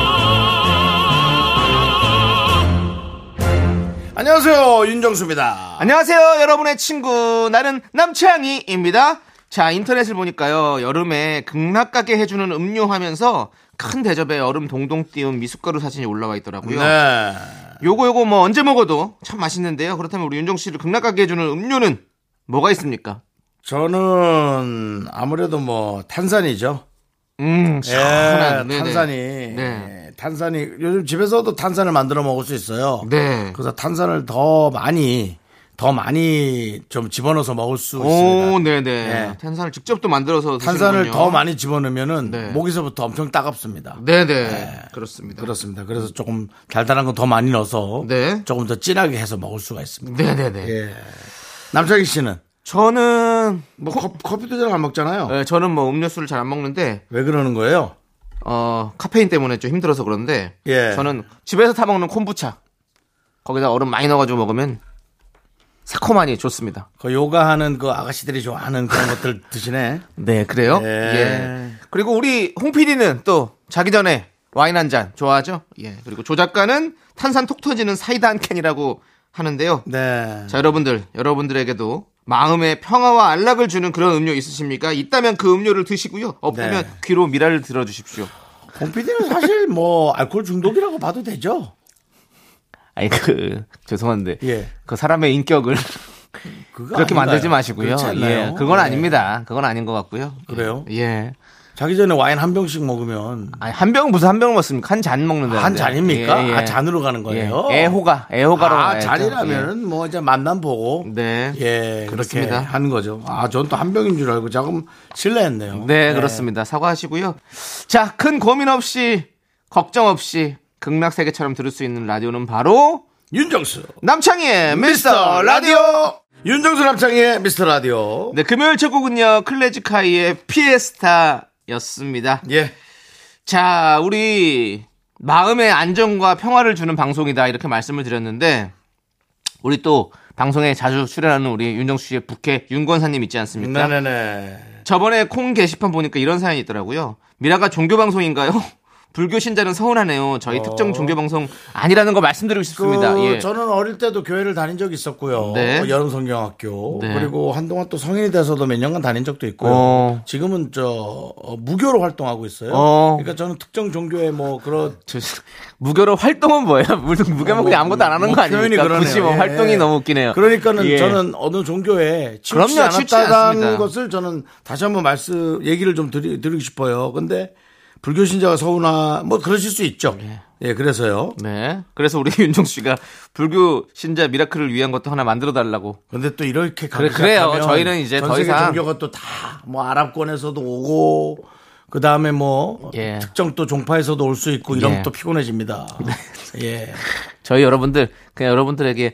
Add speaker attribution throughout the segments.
Speaker 1: 안녕하세요 윤정수입니다.
Speaker 2: 안녕하세요, 여러분의 친구. 나는 남창희입니다. 자, 인터넷을 보니까요, 여름에 극락 가게 해주는 음료 하면서 큰 대접에 얼음 동동 띄운 미숫가루 사진이 올라와 있더라고요.
Speaker 1: 네.
Speaker 2: 요거 요거 뭐 언제 먹어도 참 맛있는데요. 그렇다면 우리 윤정 씨를 극락 가게 해주는 음료는 뭐가 있습니까?
Speaker 1: 저는 아무래도 뭐 탄산이죠.
Speaker 2: 음,
Speaker 1: 예,
Speaker 2: 시원한. 네네.
Speaker 1: 탄산이
Speaker 2: 네.
Speaker 1: 예, 탄산이 요즘 집에서도 탄산을 만들어 먹을 수 있어요.
Speaker 2: 네.
Speaker 1: 그래서 탄산을 더 많이 더 많이 좀 집어넣어서 먹을 수
Speaker 2: 오,
Speaker 1: 있습니다.
Speaker 2: 네네.
Speaker 1: 예.
Speaker 2: 탄산을 직접 또 만들어서
Speaker 1: 탄산을
Speaker 2: 드시는군요.
Speaker 1: 더 많이 집어넣으면은
Speaker 2: 네.
Speaker 1: 목에서부터 엄청 따갑습니다.
Speaker 2: 네네. 그렇습니다.
Speaker 1: 그렇습니다. 그래서 조금 달달한 거 더 많이 넣어서
Speaker 2: 네.
Speaker 1: 조금 더 진하게 해서 먹을 수가 있습니다.
Speaker 2: 네네네.
Speaker 1: 예. 남창희 씨는
Speaker 2: 저는
Speaker 1: 뭐 커, 피도 잘 안 먹잖아요.
Speaker 2: 예, 저는 뭐 음료수를 잘 안 먹는데
Speaker 1: 왜 그러는 거예요?
Speaker 2: 어, 카페인 때문에 좀 힘들어서 그런데
Speaker 1: 예.
Speaker 2: 저는 집에서 타 먹는 콤부차 거기다 얼음 많이 넣어가지고 먹으면 새콤하니 좋습니다.
Speaker 1: 그 요가하는 그 아가씨들이 좋아하는 그런 것들 드시네.
Speaker 2: 네, 그래요.
Speaker 1: 예.
Speaker 2: 예. 그리고 우리 홍 PD는 또 자기 전에 와인 한 잔 좋아하죠? 예. 그리고 조 작가는 탄산 톡 터지는 사이다 한 캔이라고 하는데요.
Speaker 1: 네.
Speaker 2: 자, 여러분들, 여러분들에게도 마음의 평화와 안락을 주는 그런 음료 있으십니까? 있다면 그 음료를 드시고요. 없다면
Speaker 1: 네.
Speaker 2: 귀로 미라를 들어 주십시오.
Speaker 1: 홍 PD는 사실 뭐 알코올 중독이라고 봐도 되죠.
Speaker 2: 아니 그 죄송한데
Speaker 1: 예.
Speaker 2: 그 사람의 인격을
Speaker 1: 그거
Speaker 2: 그렇게
Speaker 1: 아닌가요?
Speaker 2: 만들지 마시고요.
Speaker 1: 그렇지 않나요?
Speaker 2: 예, 그건
Speaker 1: 네.
Speaker 2: 아닙니다. 그건 아닌 것 같고요.
Speaker 1: 그래요?
Speaker 2: 예.
Speaker 1: 자기 전에 와인 한 병씩 먹으면
Speaker 2: 아니, 한 병 무슨 한 병을 먹습니까? 한 잔 먹는다.
Speaker 1: 한
Speaker 2: 예,
Speaker 1: 잔입니까? 아, 잔으로 가는 거예요?
Speaker 2: 애호가, 애호가로.
Speaker 1: 아,
Speaker 2: 가야죠.
Speaker 1: 잔이라면은 뭐 이제 만남 보고
Speaker 2: 예. 네.
Speaker 1: 예 그렇게
Speaker 2: 그렇습니다.
Speaker 1: 하는 거죠. 아, 전 또 한 병인 줄 알고 조금 실례했네요.
Speaker 2: 네, 그렇습니다. 사과하시고요. 자, 큰 고민 없이, 걱정 없이, 극락 세계처럼 들을 수 있는 라디오는 바로
Speaker 1: 윤정수
Speaker 2: 남창희의
Speaker 1: 미스터
Speaker 2: 미스터 라디오.
Speaker 1: 라디오 윤정수 남창의 미스터 라디오
Speaker 2: 네, 금요일 첫 곡은요, 클래지카이의 피에스타였습니다.
Speaker 1: 예
Speaker 2: 자, 우리 마음의 안정과 평화를 주는 방송이다 이렇게 말씀을 드렸는데 우리 또 방송에 자주 출연하는 우리 윤정수 씨의 부캐 윤권사님 있지 않습니까?
Speaker 1: 네네네
Speaker 2: 저번에 콩 게시판 보니까 이런 사연이 있더라고요. 미라가 종교 방송인가요? 불교 신자는 서운하네요. 저희 특정 종교 방송 아니라는 거 말씀드리고 싶습니다.
Speaker 1: 어. 그
Speaker 2: 예.
Speaker 1: 저는 어릴 때도 교회를 다닌 적이 있었고요 어,
Speaker 2: 네.
Speaker 1: 여름 성경학교
Speaker 2: 네.
Speaker 1: 그리고 한동안 또 성인이 돼서도 몇 년간 다닌 적도 있고
Speaker 2: 어.
Speaker 1: 요 지금은 저 어, 무교로 활동하고 있어요
Speaker 2: 어.
Speaker 1: 그러니까 저는 특정 종교에 뭐 그런
Speaker 2: 저- 무교로 활동은 뭐예요? 무교- 무교면 그러니까 그냥 아무것도 안 하는
Speaker 1: 뭐
Speaker 2: 거
Speaker 1: 표현이
Speaker 2: 아닙니까?
Speaker 1: 그러네요.
Speaker 2: 굳이 뭐
Speaker 1: 예,
Speaker 2: 활동이
Speaker 1: 예.
Speaker 2: 너무 웃기네요.
Speaker 1: 그러니까는
Speaker 2: 예.
Speaker 1: 저는 어느 종교에 치우치지
Speaker 2: 그럼요, 치우치지
Speaker 1: 않았다는
Speaker 2: 않습니다.
Speaker 1: 것을 저는 다시 한번 말씀 얘기를 좀 드리, 드리고 싶어요. 근데 불교 신자가 서운하 뭐 그러실 수 있죠. 예, 그래서요.
Speaker 2: 네. 그래서 우리 윤종 씨가 불교 신자 미라클을 위한 것도 하나 만들어 달라고.
Speaker 1: 근데 또 이렇게 가기
Speaker 2: 그래, 그래요.
Speaker 1: 시작하면
Speaker 2: 저희는 이제
Speaker 1: 전
Speaker 2: 더
Speaker 1: 세계
Speaker 2: 이상-
Speaker 1: 종교가 또 다 뭐 아랍권에서도 오고 그 다음에 뭐
Speaker 2: 예.
Speaker 1: 특정 또 종파에서도 올 수 있고 이러면
Speaker 2: 예.
Speaker 1: 또 피곤해집니다. 예.
Speaker 2: 저희 여러분들 그냥 여러분들에게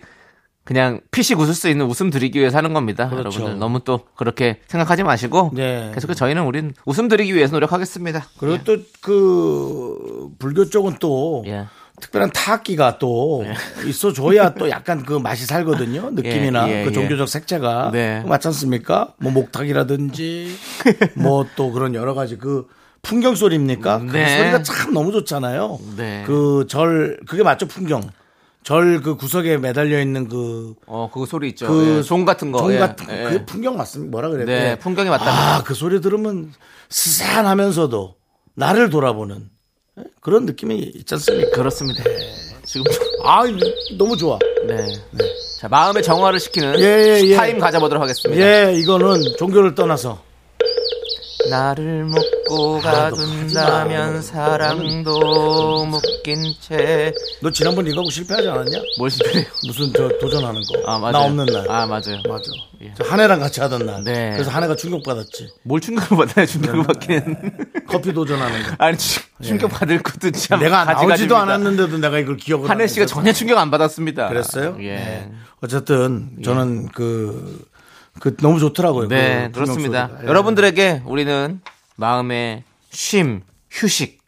Speaker 2: 그냥 피식 웃을 수 있는 웃음 드리기 위해서 하는 겁니다. 여러분들 너무 또 그렇게 생각하지 마시고
Speaker 1: 네.
Speaker 2: 계속 그 저희는 우린 웃음 드리기 위해서 노력하겠습니다.
Speaker 1: 그리고 또 그 불교 쪽은 또
Speaker 2: 예.
Speaker 1: 특별한 타악기가 또 있어줘야 또 약간 그 맛이 살거든요. 느낌이나
Speaker 2: 네. 예, 예,
Speaker 1: 그
Speaker 2: 예.
Speaker 1: 종교적 색채가
Speaker 2: 네.
Speaker 1: 맞지 않습니까? 뭐 목탁이라든지 뭐 또 그런 여러 가지 그 풍경 소리입니까? 그
Speaker 2: 네.
Speaker 1: 소리가 참 너무 좋잖아요.
Speaker 2: 네.
Speaker 1: 그 절 그게 맞죠 풍경. 절 그 구석에 매달려 있는 그
Speaker 2: 어, 그거 소리 있죠.
Speaker 1: 그
Speaker 2: 예, 종 같은 거.
Speaker 1: 종
Speaker 2: 예,
Speaker 1: 같은
Speaker 2: 예.
Speaker 1: 거. 그게 풍경 맞습니까? 뭐라 그래야
Speaker 2: 네,
Speaker 1: 돼?
Speaker 2: 풍경이 맞답니다.
Speaker 1: 아, 그 소리 들으면 스산하면서도 나를 돌아보는 예? 그런 느낌이 있지 않습니까?
Speaker 2: 그렇습니다. 지금
Speaker 1: 아, 너무 좋아.
Speaker 2: 네. 자, 마음의 정화를 시키는
Speaker 1: 예, 예, 예.
Speaker 2: 타임 가져보도록 하겠습니다.
Speaker 1: 예, 이거는 종교를 떠나서
Speaker 2: 나를 먹고 가둔다면 사랑도 묶인 채.
Speaker 1: 너 지난번 이거 하고 실패하지 않았냐?
Speaker 2: 뭘 실패해요?
Speaker 1: 무슨 저 도전하는 거.
Speaker 2: 아, 맞아요.
Speaker 1: 나 없는 날.
Speaker 2: 아, 맞아요.
Speaker 1: 맞아. 저 한해랑 같이 하던 날.
Speaker 2: 네.
Speaker 1: 그래서 한해가 충격받았지.
Speaker 2: 뭘 충격을 받아요? 충격을
Speaker 1: 네,
Speaker 2: 받기는.
Speaker 1: 커피 도전하는 거.
Speaker 2: 아니, 충- 충격 받을 것도 참.
Speaker 1: 예. 내가 나오지도
Speaker 2: 가지가지입니다.
Speaker 1: 않았는데도 내가 이걸 기억을
Speaker 2: 한혜
Speaker 1: 하는
Speaker 2: 씨가
Speaker 1: 거죠.
Speaker 2: 전혀 충격 안 받았습니다.
Speaker 1: 그랬어요?
Speaker 2: 예.
Speaker 1: 네. 어쨌든 저는 그, 그 너무 좋더라고요.
Speaker 2: 네,
Speaker 1: 그
Speaker 2: 그렇습니다.
Speaker 1: 분명 소리가. 예.
Speaker 2: 여러분들에게 우리는 마음의 쉼, 휴식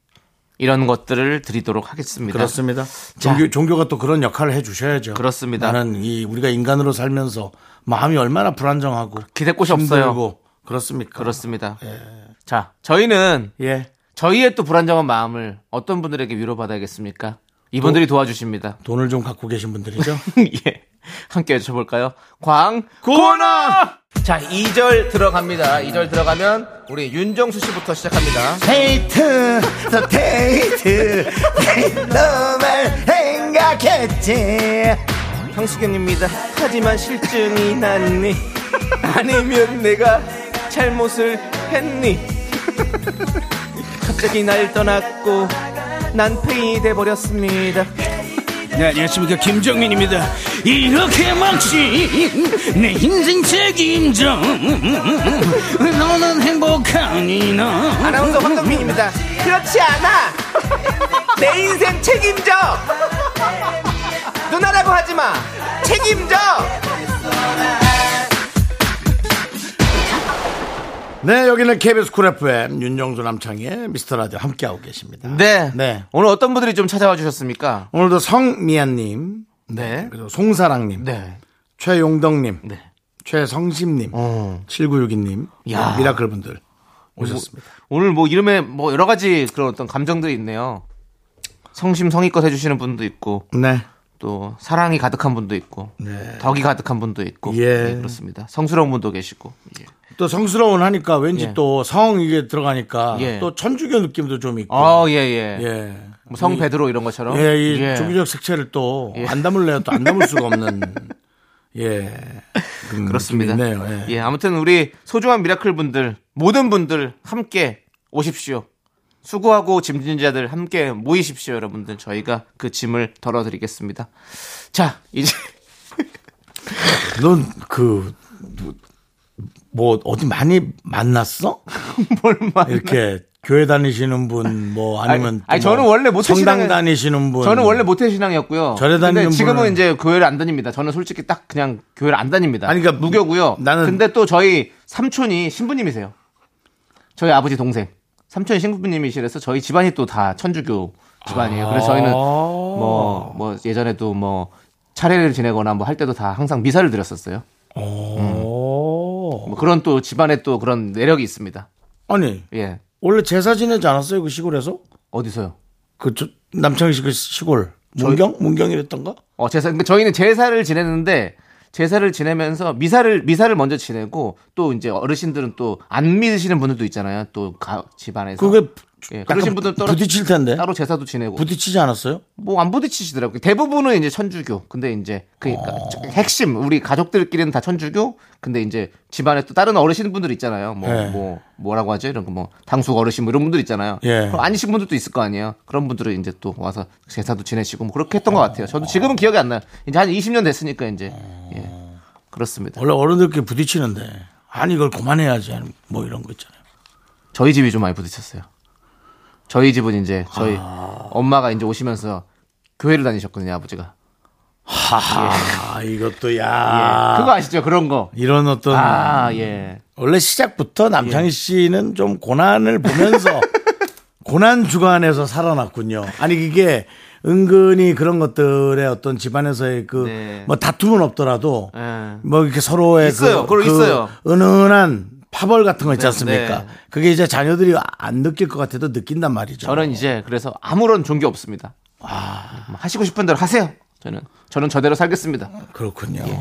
Speaker 2: 이런 것들을 드리도록 하겠습니다.
Speaker 1: 그렇습니다. 종교, 종교가 또 그런 역할을 해 주셔야죠.
Speaker 2: 그렇습니다.
Speaker 1: 나는 이 우리가 인간으로 살면서 마음이 얼마나 불안정하고
Speaker 2: 기댈 곳이 없어요.
Speaker 1: 힘들고 그렇습니까?
Speaker 2: 그렇습니다. 자, 저희는
Speaker 1: 예.
Speaker 2: 저희의 또 불안정한 마음을 어떤 분들에게 위로받아야겠습니까? 이분들이 도와주십니다.
Speaker 1: 돈을 좀 갖고 계신 분들이죠.
Speaker 2: 예. 함께 외쳐볼까요? 광고나! 자, 2절 들어갑니다. 2절 들어가면 우리 윤정수 씨부터 시작합니다.
Speaker 1: 데이트, 더 데이트, 네, 너만 생각했지.
Speaker 2: 형수경입니다. 하지만 실증이 났니? 아니면 내가 잘못을 했니? 갑자기 날 떠났고 난 페이돼 버렸습니다.
Speaker 3: 네, 안녕하십니까. 김정민입니다. 이렇게 막지, 내 인생 책임져. 너는 행복하니, 나.
Speaker 2: 아나운서 황덕민입니다. 그렇지 않아. 내 인생 책임져. 누나라고 하지 마. 책임져.
Speaker 1: 네, 여기는 KBS 쿨 FM 윤정수 남창의 미스터 라디오 함께하고 계십니다.
Speaker 2: 네.
Speaker 1: 네.
Speaker 2: 오늘 어떤 분들이 좀 찾아와 주셨습니까?
Speaker 1: 오늘도 송미안님,
Speaker 2: 네.
Speaker 1: 그리고 송사랑님,
Speaker 2: 네.
Speaker 1: 최용덕님,
Speaker 2: 네.
Speaker 1: 최성심님,
Speaker 2: 어.
Speaker 1: 7962님, 네,
Speaker 2: 야.
Speaker 1: 미라클 분들 오셨습니다.
Speaker 2: 오늘 뭐 이름에 뭐 여러 가지 그런 어떤 감정들이 있네요. 성심성의껏 해주시는 분도 있고
Speaker 1: 네.
Speaker 2: 또 사랑이 가득한 분도 있고
Speaker 1: 네.
Speaker 2: 덕이 가득한 분도 있고
Speaker 1: 예.
Speaker 2: 네, 그렇습니다. 성스러운 분도 계시고 예.
Speaker 1: 또 성스러운 하니까 왠지
Speaker 2: 예.
Speaker 1: 또 성 이게 들어가니까
Speaker 2: 예.
Speaker 1: 또 천주교 느낌도 좀 있고.
Speaker 2: 아, 예, 예.
Speaker 1: 예.
Speaker 2: 뭐성 베드로 이런 것처럼
Speaker 1: 예, 이 종교적 색채를 또 안
Speaker 2: 예.
Speaker 1: 담을래요. 또 안 담을 수가 없는. 예. 그런
Speaker 2: 그렇습니다.
Speaker 1: 느낌이 있네요. 예.
Speaker 2: 예, 아무튼 우리 소중한 미라클 분들 모든 분들 함께 오십시오. 수고하고 짐진자들 함께 모이십시오, 여러분들. 저희가 그 짐을 덜어드리겠습니다. 자, 이제
Speaker 1: 넌그 뭐 어디 많이 만났어?
Speaker 2: 뭘 말?
Speaker 1: 이렇게 교회 다니시는 분 뭐 아니면
Speaker 2: 아니, 아니,
Speaker 1: 또 뭐
Speaker 2: 저는 원래 못
Speaker 1: 성당
Speaker 2: 신앙을-
Speaker 1: 다니시는 분
Speaker 2: 저는 원래 모태 신앙이었고요.
Speaker 1: 절에 다니는
Speaker 2: 근데 지금은
Speaker 1: 분은-
Speaker 2: 이제 교회를 안 다닙니다. 저는 솔직히 딱 그냥 교회를 안 다닙니다.
Speaker 1: 아니, 그러니까
Speaker 2: 무교고요.
Speaker 1: 나는-
Speaker 2: 근데 또 저희 삼촌이 신부님이세요. 저희 아버지 동생 삼촌이 신부님이시라서 저희 집안이 또 다 천주교 집안이에요. 그래서
Speaker 1: 아.
Speaker 2: 저희는 뭐 뭐 예전에도 뭐 차례를 지내거나 뭐 할 때도 다 항상 미사를 드렸었어요.
Speaker 1: 오.
Speaker 2: 뭐 그런 또 집안에 또 그런 내력이 있습니다.
Speaker 1: 아니
Speaker 2: 예
Speaker 1: 원래 제사 지내지 않았어요 그 시골에서
Speaker 2: 어디서요?
Speaker 1: 그 저- 남창희 씨그 시골 문경 문경이랬던가?
Speaker 2: 어 제사 그러니까 저희는 제사를 지내는데 제사를 지내면서 미사를 미사를 먼저 지내고 또 이제 어르신들은 또 안 믿으시는 분들도 있잖아요. 또 가, 집안에서
Speaker 1: 그게
Speaker 2: 예,
Speaker 1: 약간
Speaker 2: 그러신 분들 따로
Speaker 1: 부딪힐 텐데
Speaker 2: 따로 제사도 지내고
Speaker 1: 부딪히지 않았어요?
Speaker 2: 뭐 안 부딪히시더라고요. 대부분은 이제 천주교. 근데 이제 그러니까 핵심 우리 가족들끼리는 다 천주교. 근데 이제 집안에 또 다른 어르신분들 있잖아요. 뭐 뭐
Speaker 1: 네.
Speaker 2: 라고 하죠? 이런 거 뭐 당숙 어르신 뭐 이런 분들 있잖아요.
Speaker 1: 예.
Speaker 2: 그럼 아니신 분들도 있을 거 아니에요. 그런 분들은 이제 또 와서 제사도 지내시고 뭐 그렇게 했던 것 같아요. 저도 지금은 기억이 안 나요. 이제 한 20년 됐으니까 이제 예. 그렇습니다.
Speaker 1: 원래 어른들끼리 부딪히는데 아니 이걸 그만해야지 하는 뭐 이런 거 있잖아요.
Speaker 2: 저희 집이 좀 많이 부딪혔어요. 저희 집은 이제 저희 엄마가 이제 오시면서 교회를 다니셨거든요, 아버지가.
Speaker 1: 아 이것도 야
Speaker 2: 그거 아시죠? 그런 거.
Speaker 1: 이런 어떤
Speaker 2: 예. 아, 예.
Speaker 1: 원래 시작부터 남창희 씨는 좀 고난을 보면서 고난 주간에서 살아났군요. 아니 이게 은근히 그런 것들의 어떤 집안에서의 그 뭐
Speaker 2: 네.
Speaker 1: 다툼은 없더라도
Speaker 2: 예.
Speaker 1: 뭐 이렇게 서로의
Speaker 2: 있어요.
Speaker 1: 그,
Speaker 2: 그거 있어요.
Speaker 1: 은은한 파벌 같은 거 있지 않습니까?
Speaker 2: 네.
Speaker 1: 그게 이제 자녀들이 안 느낄 것 같아도 느낀단 말이죠.
Speaker 2: 저는 이제 그래서 아무런 종교 없습니다. 뭐 하시고 싶은 대로 하세요. 저는 저는 저대로 살겠습니다.
Speaker 1: 그렇군요.
Speaker 2: 예.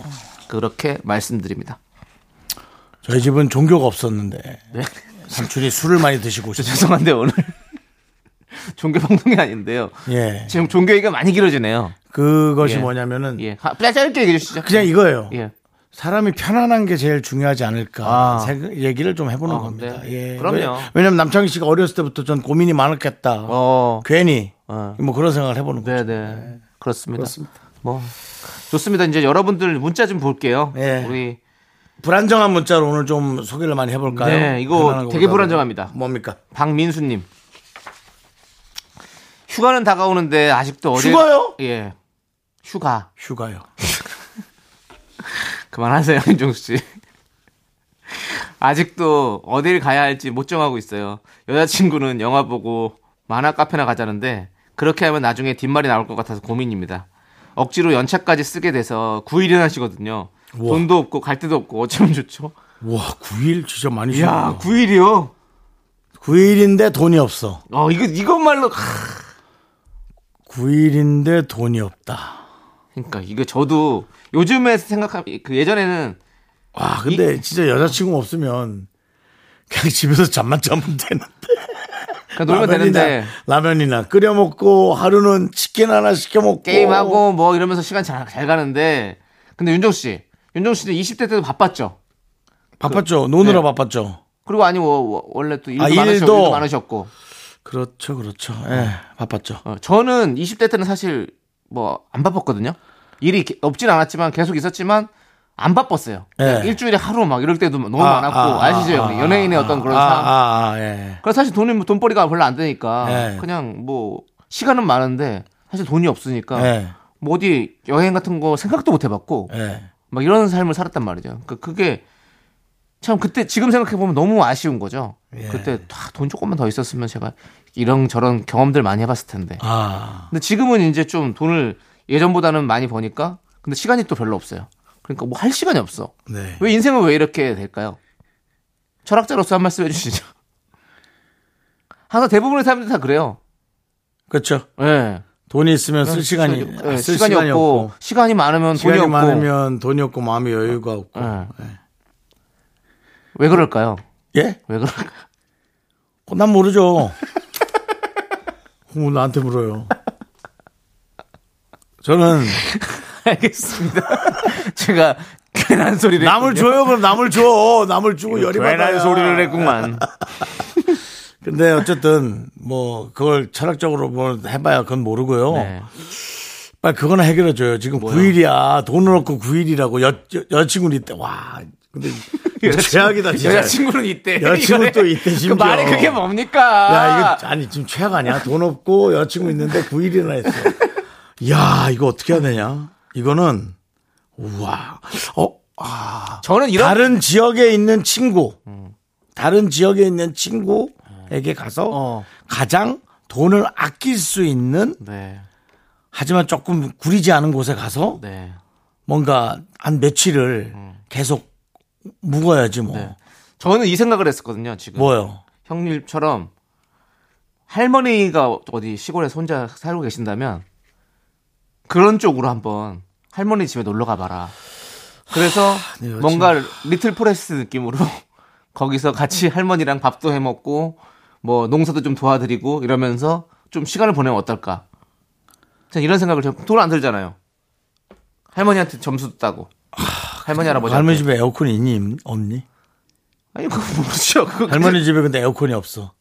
Speaker 2: 그렇게 말씀드립니다.
Speaker 1: 저희 집은 종교가 없었는데
Speaker 2: 네.
Speaker 1: 삼촌이 술을 많이 드시고
Speaker 2: 저
Speaker 1: 오셨어요.
Speaker 2: 죄송한데 오늘 종교 방송이 아닌데요.
Speaker 1: 예.
Speaker 2: 지금 종교 얘기가 많이 길어지네요.
Speaker 1: 그것이
Speaker 2: 예.
Speaker 1: 뭐냐면은
Speaker 2: 예, 하- 짧게 얘기해 주시죠.
Speaker 1: 그냥 이거예요.
Speaker 2: 예,
Speaker 1: 사람이 편안한 게 제일 중요하지 않을까
Speaker 2: 아.
Speaker 1: 생각- 얘기를 좀 해보는
Speaker 2: 아,
Speaker 1: 겁니다.
Speaker 2: 네.
Speaker 1: 예.
Speaker 2: 그럼요.
Speaker 1: 왜- 왜냐면 남창희 씨가 어렸을 때부터 전 고민이 많았겠다.
Speaker 2: 어.
Speaker 1: 괜히
Speaker 2: 어.
Speaker 1: 뭐 그런 생각을 해보는 거죠.
Speaker 2: 네, 네. 그렇습니다. 뭐 좋습니다. 이제 여러분들 문자 좀 볼게요.
Speaker 1: 예.
Speaker 2: 우리
Speaker 1: 불안정한 문자로 오늘 좀 소개를 많이 해볼까요?
Speaker 2: 네, 이거
Speaker 1: 편안하고
Speaker 2: 되게
Speaker 1: 보다 보면.
Speaker 2: 불안정합니다.
Speaker 1: 뭡니까?
Speaker 2: 박민수 님. 휴가는 다가오는데 아직도 어제
Speaker 1: 휴가요?
Speaker 2: 예. 휴가.
Speaker 1: 휴가요.
Speaker 2: 그만하세요, 윤종수 씨. 아직도 어딜 가야 할지 못 정하고 있어요. 여자친구는 영화 보고 만화 카페나 가자는데 그렇게 하면 나중에 뒷말이 나올 것 같아서 고민입니다. 억지로 연차까지 쓰게 돼서 9일이나 쉬거든요.
Speaker 1: 우와.
Speaker 2: 돈도 없고 갈 데도 없고 어쩌면 좋죠?
Speaker 1: 와, 9일 진짜 많이
Speaker 2: 야,
Speaker 1: 쉬었네요.
Speaker 2: 9일이요?
Speaker 1: 9일인데 돈이 없어.
Speaker 2: 어, 이거 이것말로 크,
Speaker 1: 9일인데 돈이 없다.
Speaker 2: 그러니까 이거 저도 요즘에 생각하면 그 예전에는
Speaker 1: 와, 근데 진짜 여자친구 없으면 그냥 집에서 잠만 자면 되는데.
Speaker 2: 그냥 놀면 되는데
Speaker 1: 라면이나 끓여 먹고 하루는 치킨 하나 시켜 먹고
Speaker 2: 게임하고 뭐 이러면서 시간 잘, 잘 가는데 근데 윤종 씨, 윤종 씨도 20대 때도 바빴죠.
Speaker 1: 그 바빴죠. 노느라
Speaker 2: 네.
Speaker 1: 바빴죠.
Speaker 2: 그리고 아니 워- 워- 원래 또 일도,
Speaker 1: 아,
Speaker 2: 많으셨,
Speaker 1: 일도.
Speaker 2: 일도 많으셨고
Speaker 1: 그렇죠. 그렇죠. 예. 바빴죠.
Speaker 2: 어, 저는 20대 때는 사실 뭐 안 바빴거든요. 일이 게- 없진 않았지만 계속 있었지만 안 바빴어요. 그냥
Speaker 1: 예.
Speaker 2: 일주일에 하루 막 이럴 때도 너무
Speaker 1: 아,
Speaker 2: 많았고
Speaker 1: 아,
Speaker 2: 아, 시죠
Speaker 1: 아,
Speaker 2: 형님? 연예인의
Speaker 1: 아,
Speaker 2: 어떤 그런
Speaker 1: 아,
Speaker 2: 상황.
Speaker 1: 아, 아, 예.
Speaker 2: 그래서 사실 돈이 돈벌이가 별로 안 되니까
Speaker 1: 예.
Speaker 2: 그냥 뭐 시간은 많은데 사실 돈이 없으니까
Speaker 1: 예.
Speaker 2: 뭐 어디 여행 같은 거 생각도 못 해봤고
Speaker 1: 예.
Speaker 2: 막 이런 삶을 살았단 말이죠. 그 그게 참 그때 지금 생각해 보면 너무 아쉬운 거죠.
Speaker 1: 예.
Speaker 2: 그때 다 돈 조금만 더 있었으면 제가 이런 저런 경험들 많이 해봤을 텐데.
Speaker 1: 아.
Speaker 2: 근데 지금은 이제 좀 돈을 예전보다는 많이 버니까 근데 시간이 또 별로 없어요. 그러니까 뭐 할 시간이 없어.
Speaker 1: 네.
Speaker 2: 왜 인생은 왜 이렇게 될까요? 철학자로서 한 말씀 해주시죠. 항상 대부분의 사람들이 다 그래요.
Speaker 1: 그렇죠.
Speaker 2: 예.
Speaker 1: 돈이 있으면 쓸 시간이 아,
Speaker 2: 예,
Speaker 1: 쓸
Speaker 2: 시간이, 없고, 시간이 많으면
Speaker 1: 시간이
Speaker 2: 돈이 없고.
Speaker 1: 많으면 돈이 없고 마음의 여유가 없고.
Speaker 2: 예. 왜 그럴까요?
Speaker 1: 예?
Speaker 2: 왜 그럴까요?
Speaker 1: 어, 난 모르죠. 뭐 나한테 물어요. 저는
Speaker 2: 알겠습니다. 제가 괜한 소리를
Speaker 1: 남을
Speaker 2: 했군요.
Speaker 1: 줘요. 그럼 남을 줘. 남을 주고 열이 받아요.
Speaker 2: 괜한 소리를 했구만.
Speaker 1: 근데 어쨌든 뭐 그걸 철학적으로 뭘 해봐야 그건 모르고요.
Speaker 2: 네.
Speaker 1: 빨리 그거나 해결해 줘요. 지금 9일이야. 돈을 얻고 9일이라고 여, 여, 여자친구는 이때 와. 근데 최악이다 진짜.
Speaker 2: 네. 여자친구는 이때.
Speaker 1: 여자친구
Speaker 2: 이거네.
Speaker 1: 또 이때 심지어.
Speaker 2: 그 말이 그게 뭡니까?
Speaker 1: 야, 이거 아니 지금 최악 아니야? 돈 없고 여자친구 있는데 9일이나 했어. 야, 이거 어떻게 해야 되냐? 이거는 우와. 어?
Speaker 2: 저는 이런 음.
Speaker 1: 다른 지역에 있는 친구, 다른 지역에 있는 친구에게 가서
Speaker 2: 어.
Speaker 1: 가장 돈을 아낄 수 있는
Speaker 2: 네.
Speaker 1: 하지만 조금 구리지 않은 곳에 가서
Speaker 2: 네. 음.
Speaker 1: 뭔가 한 며칠을 계속 묵어야지 뭐.
Speaker 2: 네. 저는 이 생각을 했었거든요, 지금.
Speaker 1: 뭐요?
Speaker 2: 형님처럼 할머니가 어디 시골에 혼자 살고 계신다면 그런 쪽으로 한번 할머니 집에 놀러 가봐라. 그래서
Speaker 1: 네, 여친.
Speaker 2: 뭔가 리틀 프레스 느낌으로 거기서 같이 할머니랑 밥도 해 먹고 뭐 농사도 좀 도와드리고 이러면서 좀 시간을 보내면 어떨까? 전 이런 생각을 돈안 들잖아요. 할머니한테 점수도 따고 할머니 할아버지
Speaker 1: 할머니 집에 에어컨이 있니 없니? 없니?
Speaker 2: 아니 그거 모르죠. 그거 그냥-
Speaker 1: 할머니 집에 근데 에어컨이 없어.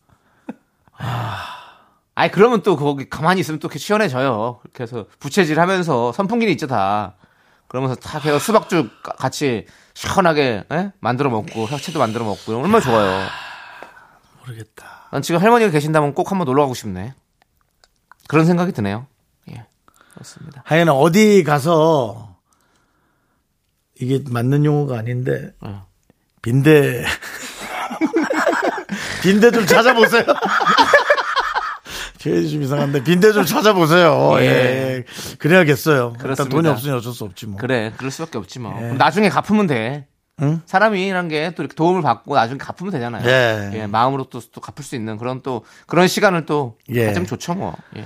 Speaker 2: 아니 그러면 또 거기 가만히 있으면 또 이렇게 시원해져요. 그래서 부채질 하면서 선풍기는 있죠 다. 그러면서 다 계속 수박죽 가- 같이 시원하게 예? 만들어 먹고 야채도 만들어 먹고 이러면 얼마나 좋아요.
Speaker 1: 모르겠다.
Speaker 2: 난 지금 할머니가 계신다면 꼭 한번 놀러 가고 싶네. 그런 생각이 드네요. 예. 그렇습니다.
Speaker 1: 하여간 어디 가서 이게 맞는 용어가 아닌데
Speaker 2: 어.
Speaker 1: 빈대 빈대 좀 찾아보세요. 표현이 좀 이상한데 빈대 좀 찾아보세요. 예.
Speaker 2: 예.
Speaker 1: 그래야겠어요. 일단
Speaker 2: 그렇습니다.
Speaker 1: 돈이 없으니 어쩔 수 없지 뭐.
Speaker 2: 그래 그럴 수밖에 없지 뭐. 그럼 나중에 갚으면 돼.
Speaker 1: 예. 응?
Speaker 2: 사람이란 게 또 이렇게 도움을 받고 나중에 갚으면 되잖아요.
Speaker 1: 예.
Speaker 2: 마음으로 또, 또 갚을 수 있는 그런 또 그런 시간을 또
Speaker 1: 예.
Speaker 2: 가지면 좋죠 뭐. 예.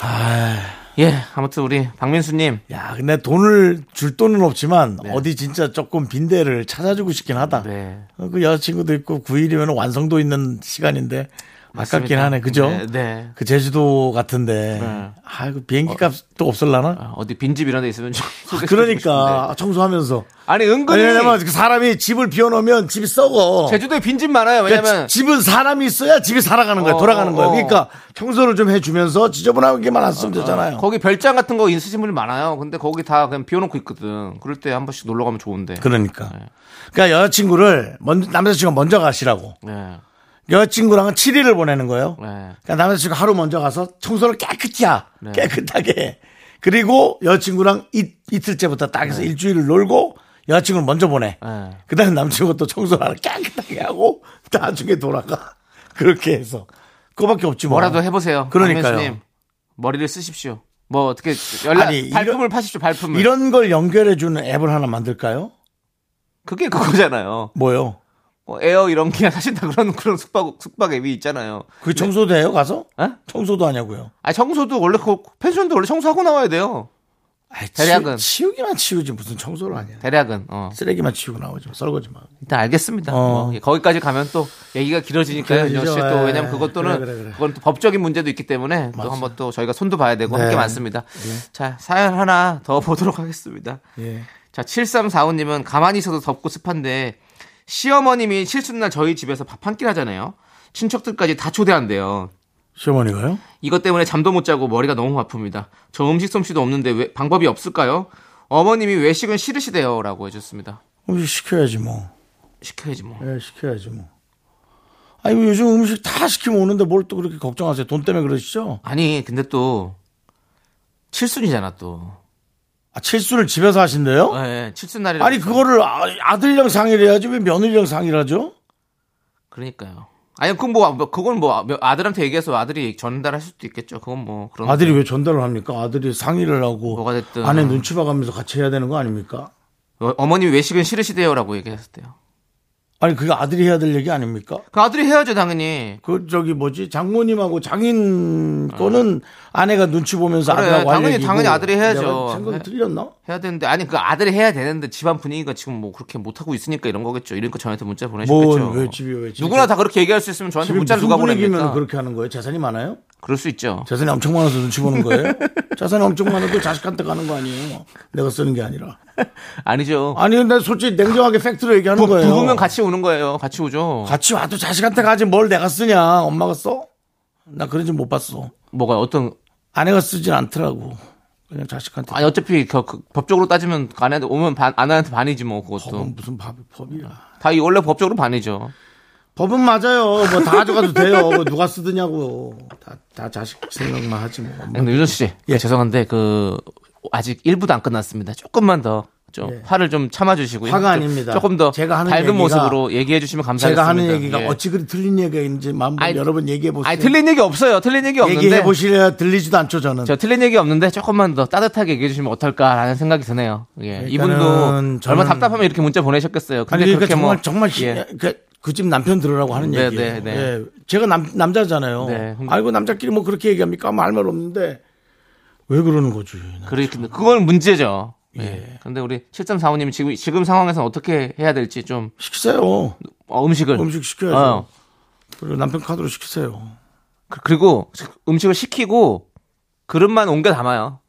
Speaker 1: 아,
Speaker 2: 예, 아무튼 우리 박민수님
Speaker 1: 야, 근데 돈을 줄 돈은 없지만 어디 진짜 조금 빈대를 찾아주고 싶긴 하다.
Speaker 2: 네.
Speaker 1: 어, 그 여자친구도 있고 9일이면 완성도 있는 시간인데 아깝긴 하네, 그죠?
Speaker 2: 네, 네.
Speaker 1: 그 제주도 같은데, 아이고 비행기 값도 없을라나?
Speaker 2: 아, 어디 빈집 이런 데 있으면 좀 소개시켜주고 싶은데.
Speaker 1: 그러니까 청소하면서. 아니,
Speaker 2: 아니 은근히
Speaker 1: 아, 왜냐면 그 사람이 집을 비워놓으면 집이 썩어.
Speaker 2: 제주도에 빈집 많아요.
Speaker 1: 그러니까
Speaker 2: 왜냐면
Speaker 1: 지- 집은 사람이 있어야 집이 살아가는 거야,
Speaker 2: 어,
Speaker 1: 돌아가는 거야.
Speaker 2: 어.
Speaker 1: 그러니까 청소를 좀 해주면서 지저분하게만 안 쓰면 되잖아요.
Speaker 2: 거기 별장 같은 거 있으신 분이 많아요. 근데 거기 다 그냥 비워놓고 있거든. 그럴 때 한 번씩 놀러 가면 좋은데.
Speaker 1: 그러니까.
Speaker 2: 네.
Speaker 1: 그러니까 여자친구를 먼저, 남자친구가 먼저 가시라고.
Speaker 2: 네.
Speaker 1: 여자친구랑은 7일을 보내는 거예요.
Speaker 2: 네.
Speaker 1: 그러니까 남자친구 하루 먼저 가서 청소를 깨끗이 야
Speaker 2: 네.
Speaker 1: 깨끗하게 해. 그리고 여자친구랑 이, 이틀째부터 딱 해서 일주일을 놀고 여자친구를 먼저 보내.
Speaker 2: 네.
Speaker 1: 그 다음에 남친과 또 청소를 하나 깨끗하게 하고 나중에 돌아가. 그렇게 해서. 그거밖에 없지 뭐.
Speaker 2: 뭐라도 해보세요.
Speaker 1: 그러니까요.
Speaker 2: 박명수님, 머리를 쓰십시오. 뭐 어떻게 연락
Speaker 1: 아니, 이런-
Speaker 2: 발품을 파십시오. 발품을.
Speaker 1: 이런 걸 연결해주는 앱을 하나 만들까요?
Speaker 2: 그게 그거잖아요.
Speaker 1: 뭐요?
Speaker 2: 뭐 에어 이런 게 사실 다 그런 그런 숙박 숙박 앱이 있잖아요.
Speaker 1: 그게 청소도 해요, 가서?
Speaker 2: 어?
Speaker 1: 청소도 하냐고요?
Speaker 2: 아 청소도 원래 그 펜션도 원래 청소하고 나와야 돼요.
Speaker 1: 아이, 치우-
Speaker 2: 대략은.
Speaker 1: 치우기만 치우지 무슨 청소를 하냐.
Speaker 2: 대략은. 어.
Speaker 1: 쓰레기만 치우고 나오지 마, 설거지만.
Speaker 2: 일단 알겠습니다.
Speaker 1: 어.
Speaker 2: 뭐, 예, 거기까지 가면 또 얘기가 길어지니까요.
Speaker 1: 길어지죠.
Speaker 2: 역시
Speaker 1: 예.
Speaker 2: 또 왜냐면 그것도는
Speaker 1: 그래, 그래, 그래.
Speaker 2: 그건 또 법적인 문제도 있기 때문에 또 한번 또 저희가 손도 봐야 되고
Speaker 1: 네.
Speaker 2: 할 게 많습니다. 자 사연 하나 더 보도록 하겠습니다.
Speaker 1: 예.
Speaker 2: 자 7345님은 가만히 있어도 덥고 습한데 시어머님이 칠순날 저희 집에서 밥 한 끼 하잖아요. 친척들까지 다 초대한대요.
Speaker 1: 시어머니가요?
Speaker 2: 이것 때문에 잠도 못 자고 머리가 너무 아픕니다. 저 음식 솜씨도 없는데 왜- 방법이 없을까요? 어머님이 외식은 싫으시대요라고 해줬습니다.
Speaker 1: 음식 시켜야지 뭐.
Speaker 2: 시켜야지 뭐.
Speaker 1: 예, 시켜야지 뭐. 아니 뭐 요즘 음식 다 시키면 오는데 뭘 또 그렇게 걱정하세요? 돈 때문에 그러시죠?
Speaker 2: 아니 근데 또 칠순이잖아 또.
Speaker 1: 아, 칠수를 집에서 하신대요?
Speaker 2: 예, 칠순 날이.
Speaker 1: 아니 그거를 아, 아들령 상의를 해야지 왜 며느리령 상의를 하죠?
Speaker 2: 그러니까요. 아니 그건 뭐 뭐, 그건 뭐 아들한테 얘기해서 아들이 전달할 수도 있겠죠. 그건 뭐 그런.
Speaker 1: 아들이 왜 전달을 합니까? 아들이 상의를 하고
Speaker 2: 뭐가 됐든.
Speaker 1: 아내 눈치 봐가면서 같이 해야 되는 거 아닙니까?
Speaker 2: 어, 어머님 외식은 싫으시대요라고 얘기했었대요.
Speaker 1: 아니 그게 아들이 해야 될 얘기 아닙니까?
Speaker 2: 그 아들이 해야죠 당연히.
Speaker 1: 그 저기 뭐지 장모님하고 장인 거는 아내가 눈치 보면서
Speaker 2: 아. 그래,
Speaker 1: 아들하고 할
Speaker 2: 당연히-
Speaker 1: 얘기고.
Speaker 2: 당연히 아들이 해야죠. 네.
Speaker 1: 내가 생각이 틀렸나?
Speaker 2: 해야 되는데 아니 그 아들이 해야 되는데 집안 분위기가 지금 뭐 그렇게 못 하고 있으니까 이런 거겠죠. 이러니까 저한테 문자 보내셨겠죠.
Speaker 1: 뭔, 왜 집이 왜 집이-
Speaker 2: 누구나 다 그렇게 얘기할 수 있으면 저한테
Speaker 1: 집에
Speaker 2: 문자
Speaker 1: 무슨
Speaker 2: 누가
Speaker 1: 분위기면
Speaker 2: 보냅니까?
Speaker 1: 그렇게 하는 거예요? 재산이 많아요?
Speaker 2: 그럴 수 있죠.
Speaker 1: 재산이 엄청 많아서 눈치 보는 거예요? 재산이 엄청 많아도 자식한테 가는 거 아니에요? 내가 쓰는 게 아니라.
Speaker 2: 아니죠.
Speaker 1: 아니, 근데 솔직히 냉정하게 팩트로 얘기하는
Speaker 2: 부,
Speaker 1: 거예요.
Speaker 2: 부부면 같이 오는 거예요. 같이 오죠.
Speaker 1: 같이 와도 자식한테 가지 뭘 내가 쓰냐. 엄마가 써? 나 그런 집 못 봤어.
Speaker 2: 뭐가 어떤
Speaker 1: 아내가 쓰진 않더라고. 그냥 자식한테.
Speaker 2: 아니 어차피 그, 그 법적으로 따지면 아내한테 오면 반 아내한테 반이지 뭐 그것도
Speaker 1: 법은 무슨 밥, 법이야.
Speaker 2: 다이 원래 법적으로 반이죠.
Speaker 1: 법은 맞아요. 뭐 다 가져가도 돼요. 뭐 누가 쓰느냐고. 다, 다 자식 생각만 하지 뭐. 엄마.
Speaker 2: 근데 유정 씨, 죄송한데 그 아직 1부도 안 끝났습니다. 조금만 더 좀 화를 좀 참아주시고요.
Speaker 1: 예. 화가
Speaker 2: 좀-
Speaker 1: 아닙니다.
Speaker 2: 조금 더
Speaker 1: 제가 하는
Speaker 2: 밝은
Speaker 1: 얘기가-
Speaker 2: 모습으로 얘기해주시면 감사하겠습니다.
Speaker 1: 제가 하는 얘기가
Speaker 2: 예.
Speaker 1: 어찌 그리 틀린 얘기인지 한번
Speaker 2: 아니,
Speaker 1: 여러분 얘기해 보세요.
Speaker 2: 아니 틀린 얘기 없어요. 틀린 얘기 없는데
Speaker 1: 얘기해 보시려 들리지도 않죠 저는.
Speaker 2: 저 틀린 얘기 없는데 조금만 더 따뜻하게 얘기해 주시면 어떨까라는 생각이 드네요. 예. 이분도
Speaker 1: 저는-
Speaker 2: 얼마 답답하면 이렇게 문자 보내셨겠어요. 근데
Speaker 1: 아니 그러니까
Speaker 2: 그렇게
Speaker 1: 정말
Speaker 2: 뭐
Speaker 1: 정말 희-
Speaker 2: 예.
Speaker 1: 그, 그집 남편 들으라고 하는
Speaker 2: 네,
Speaker 1: 얘기예요.
Speaker 2: 네, 네.
Speaker 1: 예. 제가 남 남자잖아요.
Speaker 2: 네.
Speaker 1: 아이고 남자끼리 뭐 그렇게 얘기합니까? 할 말 없는데 왜 그러는 거지?
Speaker 2: 그래 그건 문제죠. 예. 근데 우리 7345님이 지금 지금 상황에서 어떻게 해야 될지 좀
Speaker 1: 시키세요.
Speaker 2: 어, 음식을
Speaker 1: 음식 시켜야죠.
Speaker 2: 어.
Speaker 1: 그리고 남편 카드로 시키세요.
Speaker 2: 그- 그리고 음식을 시키고 그릇만 옮겨 담아요.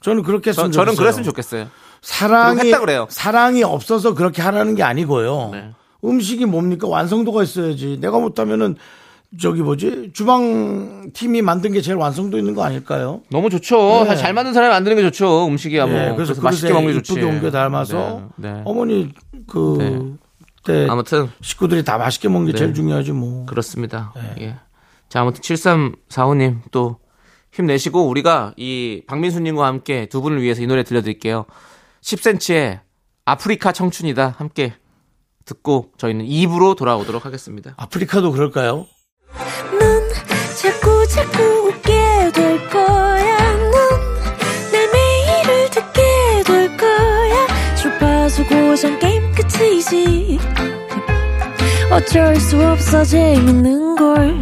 Speaker 1: 저는 그렇게
Speaker 2: 저,
Speaker 1: 했으면
Speaker 2: 저는
Speaker 1: 좋겠어요.
Speaker 2: 그랬으면 좋겠어요.
Speaker 1: 사랑이
Speaker 2: 그리고 했다 그래요.
Speaker 1: 사랑이 없어서 그렇게 하라는 게 아니고요.
Speaker 2: 네.
Speaker 1: 음식이 뭡니까 완성도가 있어야지. 내가 못하면은 저기 뭐지 주방 팀이 만든 게 제일 완성도 있는 거 아닐까요?
Speaker 2: 너무 좋죠. 사실 잘 만든 사람이 만드는 게 좋죠. 음식이야 뭐.
Speaker 1: 예,
Speaker 2: 그래서,
Speaker 1: 네. 그래서,
Speaker 2: 맛있게 먹는 게 좋지.
Speaker 1: 이쁘게 옮겨 닮아서
Speaker 2: 네, 네.
Speaker 1: 어머니 그 때
Speaker 2: 아무튼 네.
Speaker 1: 식구들이 다 맛있게 먹는 게 제일 중요하지 뭐.
Speaker 2: 그렇습니다. 예. 자, 아무튼 7345님 또 힘내시고 우리가 이 박민수님과 함께 두 분을 위해서 이 노래 들려드릴게요. 10cm의 아프리카 청춘이다 함께 듣고 저희는 2부로 돌아오도록 하겠습니다.
Speaker 1: 아프리카도 그럴까요?
Speaker 4: 넌 자꾸 자꾸 웃게 될 거야. 넌내 매일을 듣게 될 거야. 주파수 고정 게임 끝이지. 어쩔 수 없어 재밌는 걸.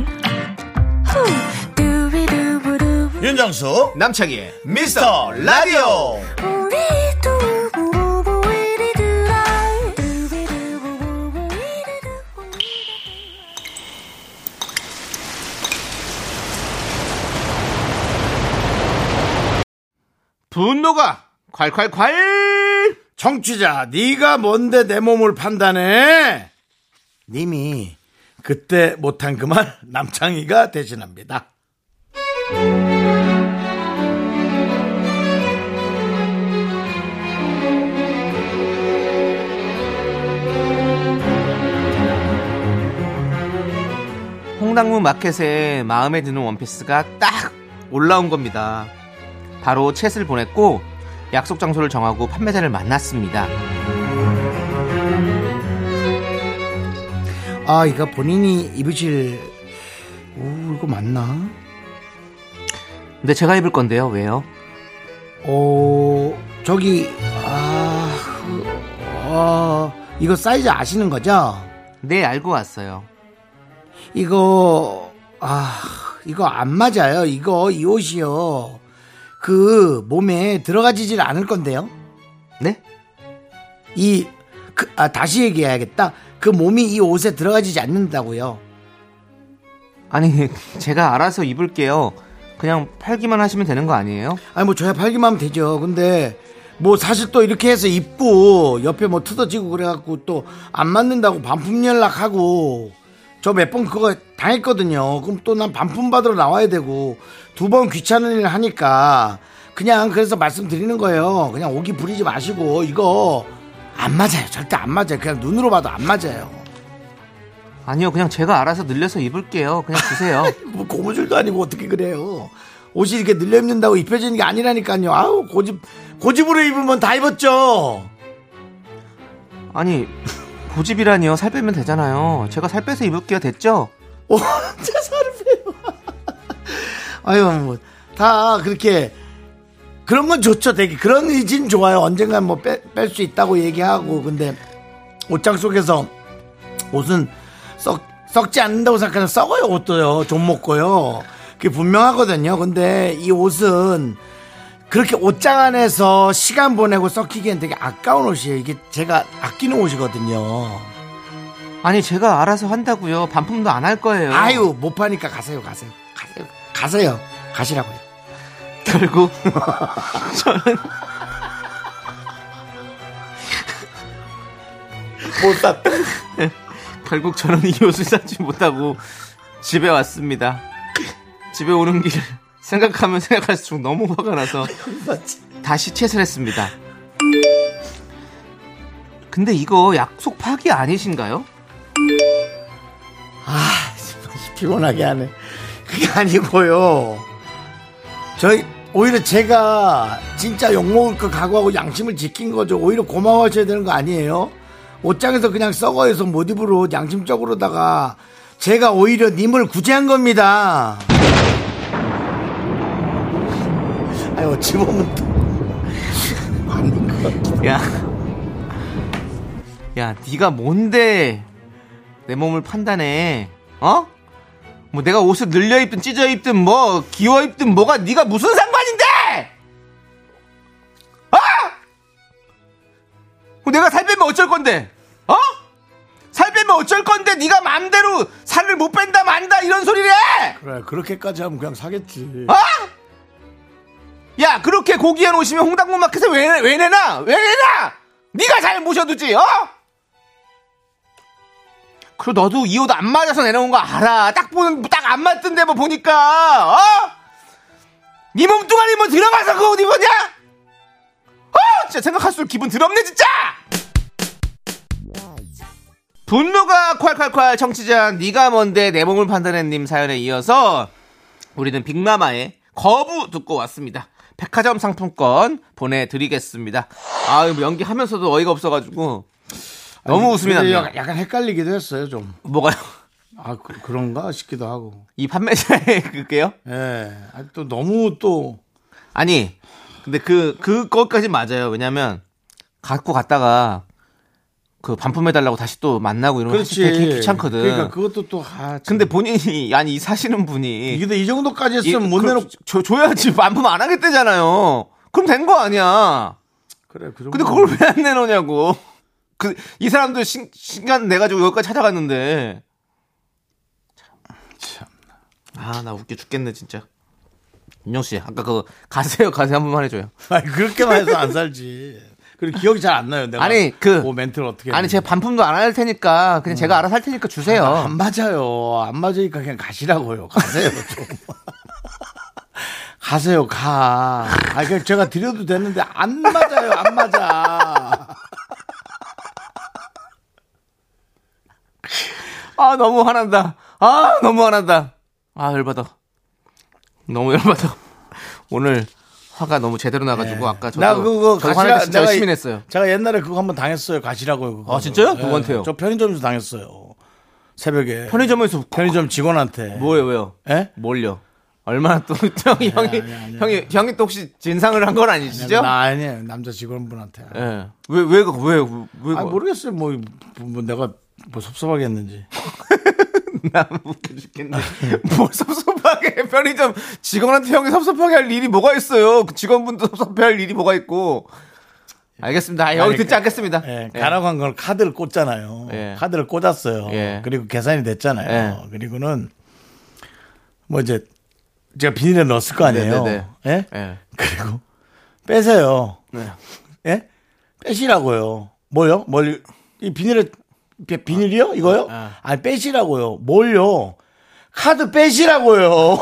Speaker 4: 후. 두비두부두.
Speaker 1: 윤정수
Speaker 2: 남창희의
Speaker 1: 미스터 라디오
Speaker 4: 우리 두부부부 우리 두라. 두비두부부부 우리 두부부.
Speaker 2: 분노가 콸콸콸!
Speaker 1: 청취자, 네가 뭔데 내 몸을 판단해? 님이 그때 못한 그 말 남창희가 대신합니다.
Speaker 2: 홍당무 마켓에 마음에 드는 원피스가 딱 올라온 겁니다. 바로 챗을 보냈고 약속 장소를 정하고 판매자를 만났습니다.
Speaker 1: 아, 이거 본인이 입으실 오, 이거 맞나?
Speaker 2: 근데 제가 입을 건데요. 왜요?
Speaker 1: 어, 저기 아, 그, 어, 이거 사이즈 아시는 거죠?
Speaker 2: 네, 알고 왔어요.
Speaker 1: 이거 아 이거 안 맞아요. 이거 이 옷이요. 그 몸에 들어가지질 않을 건데요.
Speaker 2: 네?
Speaker 1: 이 그, 아, 다시 얘기해야겠다. 그 몸이 이 옷에 들어가지지 않는다고요.
Speaker 2: 아니, 제가 알아서 입을게요. 그냥 팔기만 하시면 되는 거 아니에요?
Speaker 1: 아니 뭐 저야 팔기만 하면 되죠. 근데 뭐 사실 또 이렇게 해서 입고 옆에 뭐 뜯어지고 그래갖고 또 안 맞는다고 반품 연락하고 저 몇 번 그거 당했거든요. 그럼 또 난 반품 받으러 나와야 되고 두 번 귀찮은 일 하니까 그냥 그래서 말씀드리는 거예요. 그냥 오기 부리지 마시고 이거 안 맞아요. 절대 안 맞아요. 그냥 눈으로 봐도 안 맞아요.
Speaker 2: 아니요, 그냥 제가 알아서 늘려서 입을게요. 그냥 주세요.
Speaker 1: 뭐 고무줄도 아니고 어떻게 그래요? 옷이 이렇게 늘려 입는다고 입혀지는 게 아니라니까요. 아우 고집 고집으로 입으면 다 입었죠.
Speaker 2: 아니, 고집이라니요. 살 빼면 되잖아요. 제가 살 빼서 입을게요. 됐죠?
Speaker 1: 언제 살을 빼요? 아유 뭐다 그렇게 그런 건 좋죠. 되게 그런 의진 좋아요. 언젠간 뭐 뺄 수 있다고 얘기하고 근데 옷장 속에서 옷은 썩 썩지 않는다고 생각하면 썩어요 옷도요. 좀 먹고요. 그게 분명하거든요. 근데 이 옷은 그렇게 옷장 안에서 시간 보내고 썩히기엔 되게 아까운 옷이에요. 이게 제가 아끼는 옷이거든요.
Speaker 2: 아니, 제가 알아서 한다고요. 반품도 안 할 거예요.
Speaker 1: 아유 못 파니까 가세요 가세요 가세요 가세요 가시라고요
Speaker 2: 결국 저는
Speaker 1: 못 샀다
Speaker 2: 결국 저는 이 옷을 사지 못하고 집에 왔습니다. 집에 오는 길 생각하면 생각할수록 너무 화가 나서 다시 채을 했습니다. 근데 이거 약속 파기 아니신가요?
Speaker 1: 피곤하게 하네 그게 아니고요 저희 오히려 제가 진짜 욕먹을 거 각오하고 양심을 지킨 거죠 오히려 고마워하셔야 되는 거 아니에요 옷장에서 그냥 썩어해서 못 입으로 양심적으로다가 제가 오히려 님을 구제한 겁니다 아유 어찌 보면 또 아닌 것 같아
Speaker 2: 야, 야, 네가 뭔데 내 몸을 판단해? 어? 뭐 내가 옷을 늘려 입든 찢어 입든 뭐 기워 입든 뭐가 네가 무슨 상관인데? 어? 뭐 내가 살 빼면 어쩔 건데? 어? 살 빼면 어쩔 건데 네가 마음대로 살을 못 뺀다 만다 이런 소리를 해?
Speaker 1: 그래 그렇게까지 하면 그냥 사겠지.
Speaker 2: 어? 야 그렇게 고기에 놓으시면 홍당무 마켓에 왜, 왜 내놔 왜 내놔 네가 잘 모셔두지 어? 그리고 너도 이 옷 안 맞아서 내놓은 거 알아 딱 보는 딱 안 맞던데 뭐 보니까 어? 네 몸뚱아리 뭐 들어가서 그 옷 입었냐? 어? 진짜 생각할수록 기분 드럽네 진짜 분노가 콸콸콸 청취자 네가 뭔데 내 몸을 판단해님 사연에 이어서 우리는 빅마마의 거부 듣고 왔습니다. 백화점 상품권 보내드리겠습니다. 아, 이거 연기하면서도 어이가 없어가지고 너무 웃음이
Speaker 1: 근데
Speaker 2: 납니다.
Speaker 1: 약간, 약간 헷갈리기도 했어요 좀.
Speaker 2: 뭐가요?
Speaker 1: 아 그, 런가 싶기도 하고.
Speaker 2: 이 판매자의 그게요?
Speaker 1: 예. 아, 또 너무 또
Speaker 2: 아니, 근데 그 그것까지 맞아요. 왜냐면 갖고 갔다가 그 반품해달라고 다시 또 만나고 이런 거
Speaker 1: 어, 그렇지.
Speaker 2: 사실 되게 귀찮거든.
Speaker 1: 그러니까 그것도 또 아, 참.
Speaker 2: 근데 본인이 아니 이 사시는 분이
Speaker 1: 이게 이 정도까지
Speaker 2: 이-
Speaker 1: 했으면 못
Speaker 2: 그럼
Speaker 1: 내놓.
Speaker 2: 줘- 줘야지 반품 안 하겠대잖아요. 그럼 된 거 아니야.
Speaker 1: 그래. 그 정도.
Speaker 2: 근데 그걸 왜 안 내놓냐고. 그, 이 사람도 신, 시간 내가지고 여기까지 찾아갔는데. 참. 아, 나 웃겨 죽겠네, 진짜. 윤정 씨, 아까 그 가세요, 가세요 한 번만 해줘요.
Speaker 1: 아니 그렇게만 해서 안 살지. 그리고 기억이 잘 안 나요. 내가
Speaker 2: 아니, 그-
Speaker 1: 뭐 멘트를 어떻게
Speaker 2: 아니 제가 반품도 안 할 테니까 그냥 제가 음. 알아서 할 테니까 주세요.
Speaker 1: 안 맞아요. 안 맞으니까 그냥 가시라고요. 가세요 좀. 가세요 가. 아 그냥 제가 드려도 되는데 안 맞아요. 안 맞아.
Speaker 2: 아 너무 화난다. 아 너무 화난다. 아 열받아. 너무 열받아. 오늘 화가 너무 제대로 예. 나가지고 아까 저도
Speaker 1: 나 그거
Speaker 2: 저도
Speaker 1: 가시라.
Speaker 2: 화낼 때 진짜 열심히 냈어요.
Speaker 1: 제가 옛날에 그거 한번 당했어요. 가시라고요. 그거. 예.
Speaker 2: 아, 진짜요? 누구한테요?
Speaker 1: 저 편의점에서 당했어요. 새벽에
Speaker 2: 편의점에서
Speaker 1: 편의점 직원한테.
Speaker 2: 뭐예요, 왜요?
Speaker 1: 예?
Speaker 2: 뭘요? 얼마나 또 형이 형이 형이 형이 또 혹시 진상을 한 건 아니시죠?
Speaker 1: 나 아니에요. 남자 직원분한테.
Speaker 2: 예. 왜왜왜왜 왜?
Speaker 1: 아 모르겠어요. 뭐, 뭐 내가 뭐 섭섭하게 했는지.
Speaker 2: 나 웃겨 죽겠네. 뭘 섭섭하게 편의점 직원한테 형이 섭섭하게 할 일이 뭐가 있어요? 그 직원분도 섭섭해할 일이 뭐가 있고. 알겠습니다. 아, 여기
Speaker 1: 아니,
Speaker 2: 듣지
Speaker 1: 가-
Speaker 2: 않겠습니다.
Speaker 1: 예,
Speaker 2: 예.
Speaker 1: 가라고 한 걸 카드를 꽂잖아요.
Speaker 2: 예.
Speaker 1: 카드를 꽂았어요.
Speaker 2: 예.
Speaker 1: 그리고 계산이 됐잖아요. 그리고는 뭐 이제 제가 비닐에 넣었을 거 아니에요.
Speaker 2: 네,
Speaker 1: 예?
Speaker 2: 예.
Speaker 1: 그리고 빼세요.
Speaker 2: 네.
Speaker 1: 예? 빼시라고요. 뭐요? 뭘? 이 비닐에 비- 비닐이요? 이거요? 아니 빼시라고요. 뭘요? 카드 빼시라고요.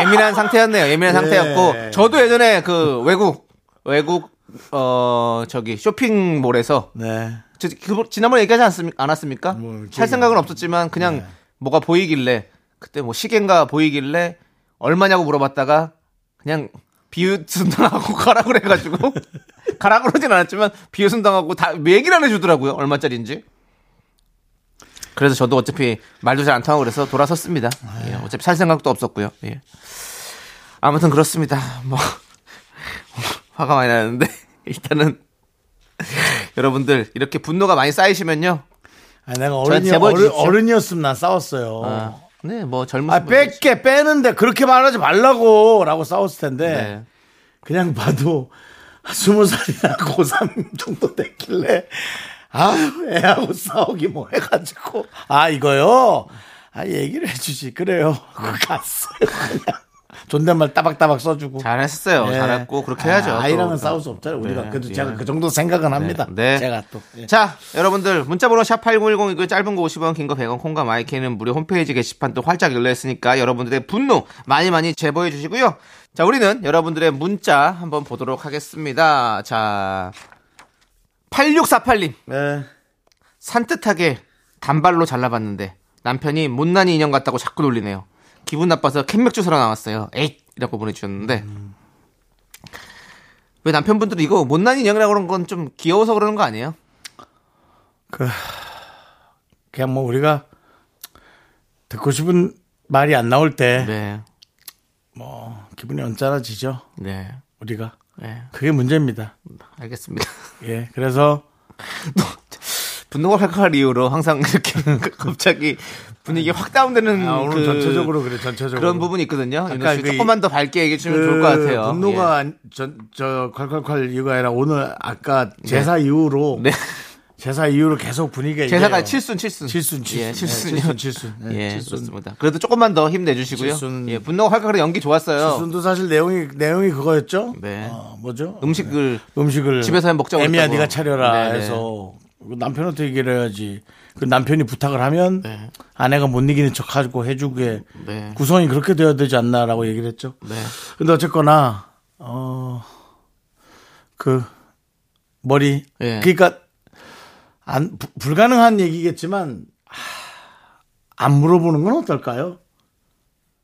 Speaker 2: 예민한 상태였네요. 예민한 상태였고 저도 예전에 그 외국 외국 어 저기 쇼핑몰에서
Speaker 1: 네.
Speaker 2: 저, 그, 지난번에 얘기하지 않았습, 않았습니까? 살 생각은 없었지만 그냥 뭐가 보이길래 그때 뭐 시계인가 보이길래 얼마냐고 물어봤다가 그냥 비웃음당하고 가라 그래가지고 가라 그러진 않았지만 비웃음당하고 다 얘기를 안 해주더라고요 얼마짜리인지 그래서 저도 어차피 말도 잘 안 통하고 그래서 돌아섰습니다 예, 어차피 살 생각도 없었고요 예. 아무튼 그렇습니다 뭐 화가 많이 나는데 일단은 여러분들 이렇게 분노가 많이 쌓이시면요.
Speaker 1: 아 내가 어른이
Speaker 2: 제보해
Speaker 1: 어른,
Speaker 2: 주십시오.
Speaker 1: 어른이었으면 난 싸웠어요.
Speaker 2: 아, 네, 뭐 젊은
Speaker 1: 아, 뺄게, 빼는데 그렇게 말하지 말라고! 라고 싸웠을 텐데,
Speaker 2: 네.
Speaker 1: 그냥 봐도 스무 살이나 고3 정도 됐길래, 아유, 애하고 싸우기 뭐 해가지고, 아, 이거요? 아, 얘기를 해주지. 그래요. 하고 갔어요. 그냥. 존댓말 따박따박 써주고.
Speaker 2: 잘했어요.
Speaker 1: 예.
Speaker 2: 잘했고 그렇게
Speaker 1: 아,
Speaker 2: 해야죠.
Speaker 1: 아이랑은
Speaker 2: 또. 어.
Speaker 1: 싸울 수 없잖아요. 우리가.
Speaker 2: 네,
Speaker 1: 그래도
Speaker 2: 예.
Speaker 1: 제가 그 정도 생각은 합니다.
Speaker 2: 네.
Speaker 1: 제가 또. 예.
Speaker 2: 자, 여러분들 문자번호 샵 #8910 이거 짧은 거 50원, 긴 거 100원, 콩과 마이크는 무료 홈페이지 게시판도 활짝 열려 있으니까 여러분들의 분노 많이 많이 제보해 주시고요. 자, 우리는 여러분들의 문자 한번 보도록 하겠습니다. 자, 8648님
Speaker 1: 네.
Speaker 2: 산뜻하게 단발로 잘라봤는데 남편이 못난이 인형 같다고 자꾸 놀리네요. 기분 나빠서 캔맥주 사러 나왔어요. 에잇! 이라고 보내주셨는데 왜 남편분들은 이거 못난 인형이라고 그런 건 좀 귀여워서 그러는 거 아니에요?
Speaker 1: 그냥 뭐 우리가 듣고 싶은 말이 안 나올 때,
Speaker 2: 네.
Speaker 1: 뭐 기분이 언짢아지죠
Speaker 2: 네.
Speaker 1: 우리가
Speaker 2: 네.
Speaker 1: 그게 문제입니다
Speaker 2: 알겠습니다.
Speaker 1: 예 그래서
Speaker 2: 분노가 칼칼할 이유로 항상 이렇게 갑자기 분위기 확 다운되는
Speaker 1: 아, 오늘
Speaker 2: 그
Speaker 1: 전체적으로 그래 전체적으로
Speaker 2: 그런 부분이 있거든요.
Speaker 1: 아까
Speaker 2: 윤호 씨
Speaker 1: 그
Speaker 2: 조금만 더 밝게 얘기해 주면
Speaker 1: 그
Speaker 2: 좋을 것 같아요. 예.
Speaker 1: 분노가 안- 저, 저 콸콸콸 이유가 아니라 오늘 아까 제사 이후로
Speaker 2: 네.
Speaker 1: 제사 이후로 계속 분위기가
Speaker 2: 제사가
Speaker 1: 이래요.
Speaker 2: 칠순 칠순
Speaker 1: 칠순 칠순
Speaker 2: 예,
Speaker 1: 예,
Speaker 2: 칠순
Speaker 1: 칠순 칠순 예,
Speaker 2: 예,
Speaker 1: 칠순.
Speaker 2: 그렇습니다. 그래도 조금만 더 힘내주시고요.
Speaker 1: 칠순.
Speaker 2: 예, 분노가 활발한 연기 좋았어요.
Speaker 1: 칠순도 사실 내용이 내용이 그거였죠
Speaker 2: 네.
Speaker 1: 어, 뭐죠
Speaker 2: 음식을
Speaker 1: 음식을
Speaker 2: 집에서 해 먹자고
Speaker 1: 애미야
Speaker 2: 그랬다고.
Speaker 1: 네가 차려라
Speaker 2: 네네.
Speaker 1: 해서 그 남편한테 얘기를 해야지 그 남편이 부탁을 하면 아내가 못 이기는 척하고 해주게
Speaker 2: 네.
Speaker 1: 구성이 그렇게 돼야 되지 않나라고 얘기를 했죠
Speaker 2: 네.
Speaker 1: 근데 어쨌거나 어 그 머리
Speaker 2: 예.
Speaker 1: 그러니까 안 부- 불가능한 얘기겠지만 하, 안 물어보는 건 어떨까요?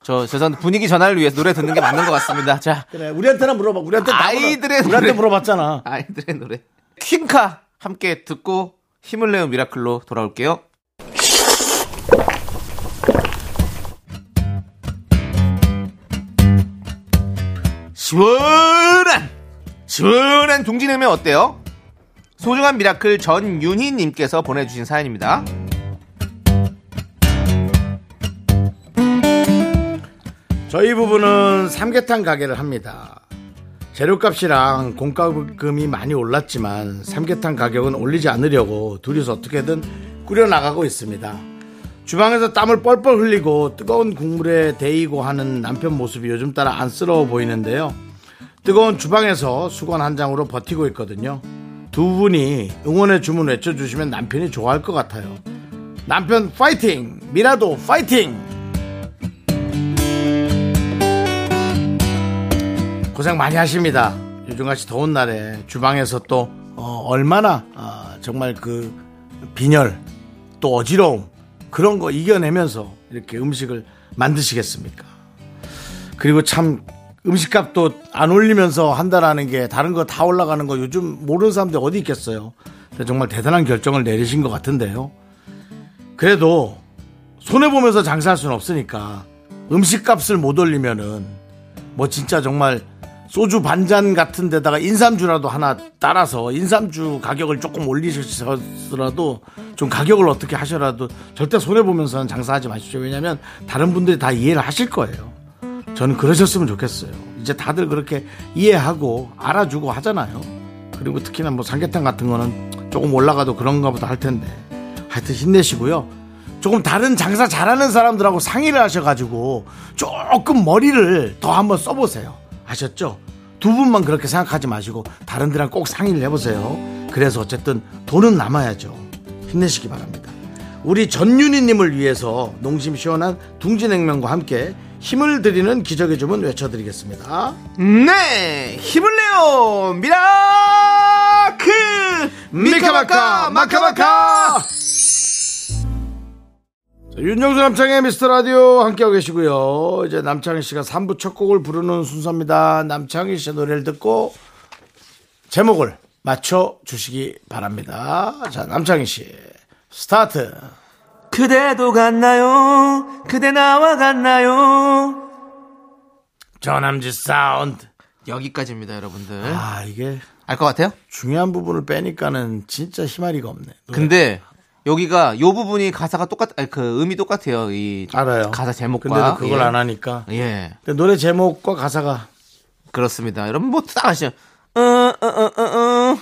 Speaker 2: 저 죄송한데 분위기 전환을 위해서 노래 듣는 게 맞는 것 같습니다. 자,
Speaker 1: 그래 우리한테나 물어봐 우리한테 다 물어-
Speaker 2: 아이들의
Speaker 1: 우리한테
Speaker 2: 노래.
Speaker 1: 물어봤잖아
Speaker 2: 아이들의 노래 퀸카 함께 듣고 힘을 내요 미라클로 돌아올게요. 시원한 시원한 둥지냉면 어때요? 소중한 미라클 전윤희님께서 보내주신 사연입니다.
Speaker 1: 저희 부부는 삼계탕 가게를 합니다. 재료값이랑 공과금이 많이 올랐지만 삼계탕 가격은 올리지 않으려고 둘이서 어떻게든 꾸려나가고 있습니다. 주방에서 땀을 뻘뻘 흘리고 뜨거운 국물에 데이고 하는 남편 모습이 요즘 따라 안쓰러워 보이는데요. 뜨거운 주방에서 수건 한 장으로 버티고 있거든요. 두 분이 응원의 주문 외쳐주시면 남편이 좋아할 것 같아요. 남편 파이팅! 미라도 파이팅! 고생 많이 하십니다. 요즘같이 더운 날에 주방에서 또 어, 얼마나 아, 정말 그 빈혈 또 어지러움 그런 거 이겨내면서 이렇게 음식을 만드시겠습니까? 그리고 참 음식값도 안 올리면서 한다라는 게 다른 거 다 올라가는 거 요즘 모르는 사람들 어디 있겠어요. 근데 정말 대단한 결정을 내리신 것 같은데요. 그래도 손해 보면서 장사할 수는 없으니까 음식값을 못 올리면은 뭐 진짜 정말 소주 반잔 같은 데다가 인삼주라도 하나 따라서 인삼주 가격을 조금 올리셔서라도 좀 가격을 어떻게 하셔라도 절대 손해보면서는 장사하지 마십시오. 왜냐면 다른 분들이 다 이해를 하실 거예요. 저는 그러셨으면 좋겠어요. 이제 다들 그렇게 이해하고 알아주고 하잖아요. 그리고 특히나 뭐 삼계탕 같은 거는 조금 올라가도 그런가 보다 할 텐데. 하여튼 힘내시고요. 조금 다른 장사 잘하는 사람들하고 상의를 하셔가지고 조금 머리를 더 한번 써보세요. 아셨죠? 두 분만 그렇게 생각하지 마시고 다른 데랑 꼭 상의를 해보세요. 그래서 어쨌든 돈은 남아야죠. 힘내시기 바랍니다. 우리 전윤희님을 위해서 농심 시원한 둥지냉면과 함께 힘을 드리는 기적의 주문 외쳐드리겠습니다.
Speaker 2: 네 힘을 내요 그 미라클
Speaker 1: 미카마카 마카마카 자, 윤정수 남창의 미스터 라디오 함께하고 계시고요 이제 남창희 씨가 3부 첫 곡을 부르는 순서입니다 남창희 씨의 노래를 듣고 제목을 맞춰주시기 바랍니다 자 남창희 씨 스타트
Speaker 2: 그대도 갔나요 그대 나와 갔나요
Speaker 1: 전남지 사운드
Speaker 2: 여기까지입니다 여러분들
Speaker 1: 아 네. 이게
Speaker 2: 알 것 같아요?
Speaker 1: 중요한 부분을 빼니까는 진짜 희마리가 없네 노래.
Speaker 2: 근데 여기가 요 부분이 가사가 똑같 아니 그 음이 똑같아요 이
Speaker 1: 알아요
Speaker 2: 가사 제목과
Speaker 1: 근데도 그걸
Speaker 2: 예.
Speaker 1: 안 하니까
Speaker 2: 예
Speaker 1: 근데 노래 제목과 가사가
Speaker 2: 그렇습니다. 여러분 뭐다 아시죠? 어, 어, 어, 어, 어.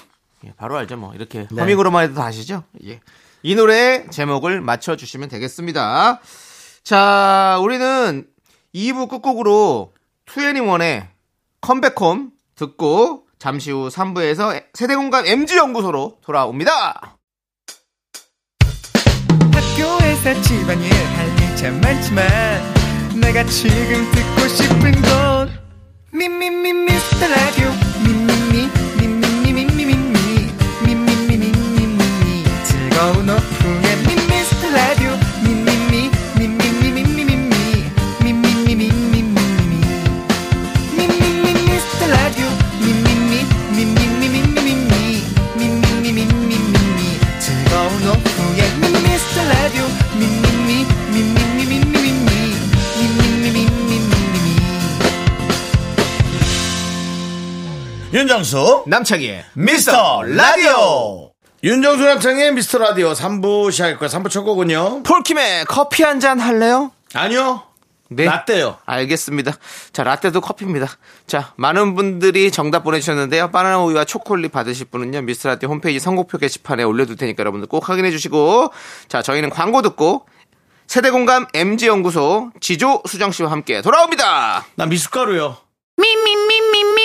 Speaker 2: 예, 바로 알죠 뭐 이렇게 허밍으로만 해도 다 아시죠? 예. 이 노래의 제목을 맞춰주시면 되겠습니다. 자 우리는 2부 끝곡으로 2NE1의 컴백홈 듣고 잠시 후 3부에서 세대공감 MG연구소로 돌아옵니다.
Speaker 5: 학교에서 집안일 할 일 참 많지만 내가 지금 듣고 싶은 건 미미미 미스터 라디오 미미미 미미미 미미미 미미미 미미미 즐거운 오후에 미스터 라디오 미미미 미미미 미미미 미미미 미미미
Speaker 1: 어, 윤정수
Speaker 2: 남창희의
Speaker 1: 미스터 라디오 윤정수 남창의 미스터 라디오 3부 시작했고요 3부 첫 곡은요
Speaker 2: 폴킴의 커피 한 잔 할래요?
Speaker 1: 아니요
Speaker 2: 네.
Speaker 1: 라떼요
Speaker 2: 알겠습니다. 자, 라떼도 커피입니다. 자, 많은 분들이 정답 보내주셨는데요. 바나나 우유와 초콜릿 받으실 분은요, 미스라떼 홈페이지 선곡표 게시판에 올려둘 테니까 여러분들 꼭 확인해 주시고, 자, 저희는 광고 듣고, 세대공감 MG연구소 지조 수정씨와 함께 돌아옵니다!
Speaker 1: 나 미숫가루요
Speaker 4: Me, me, me, me, me,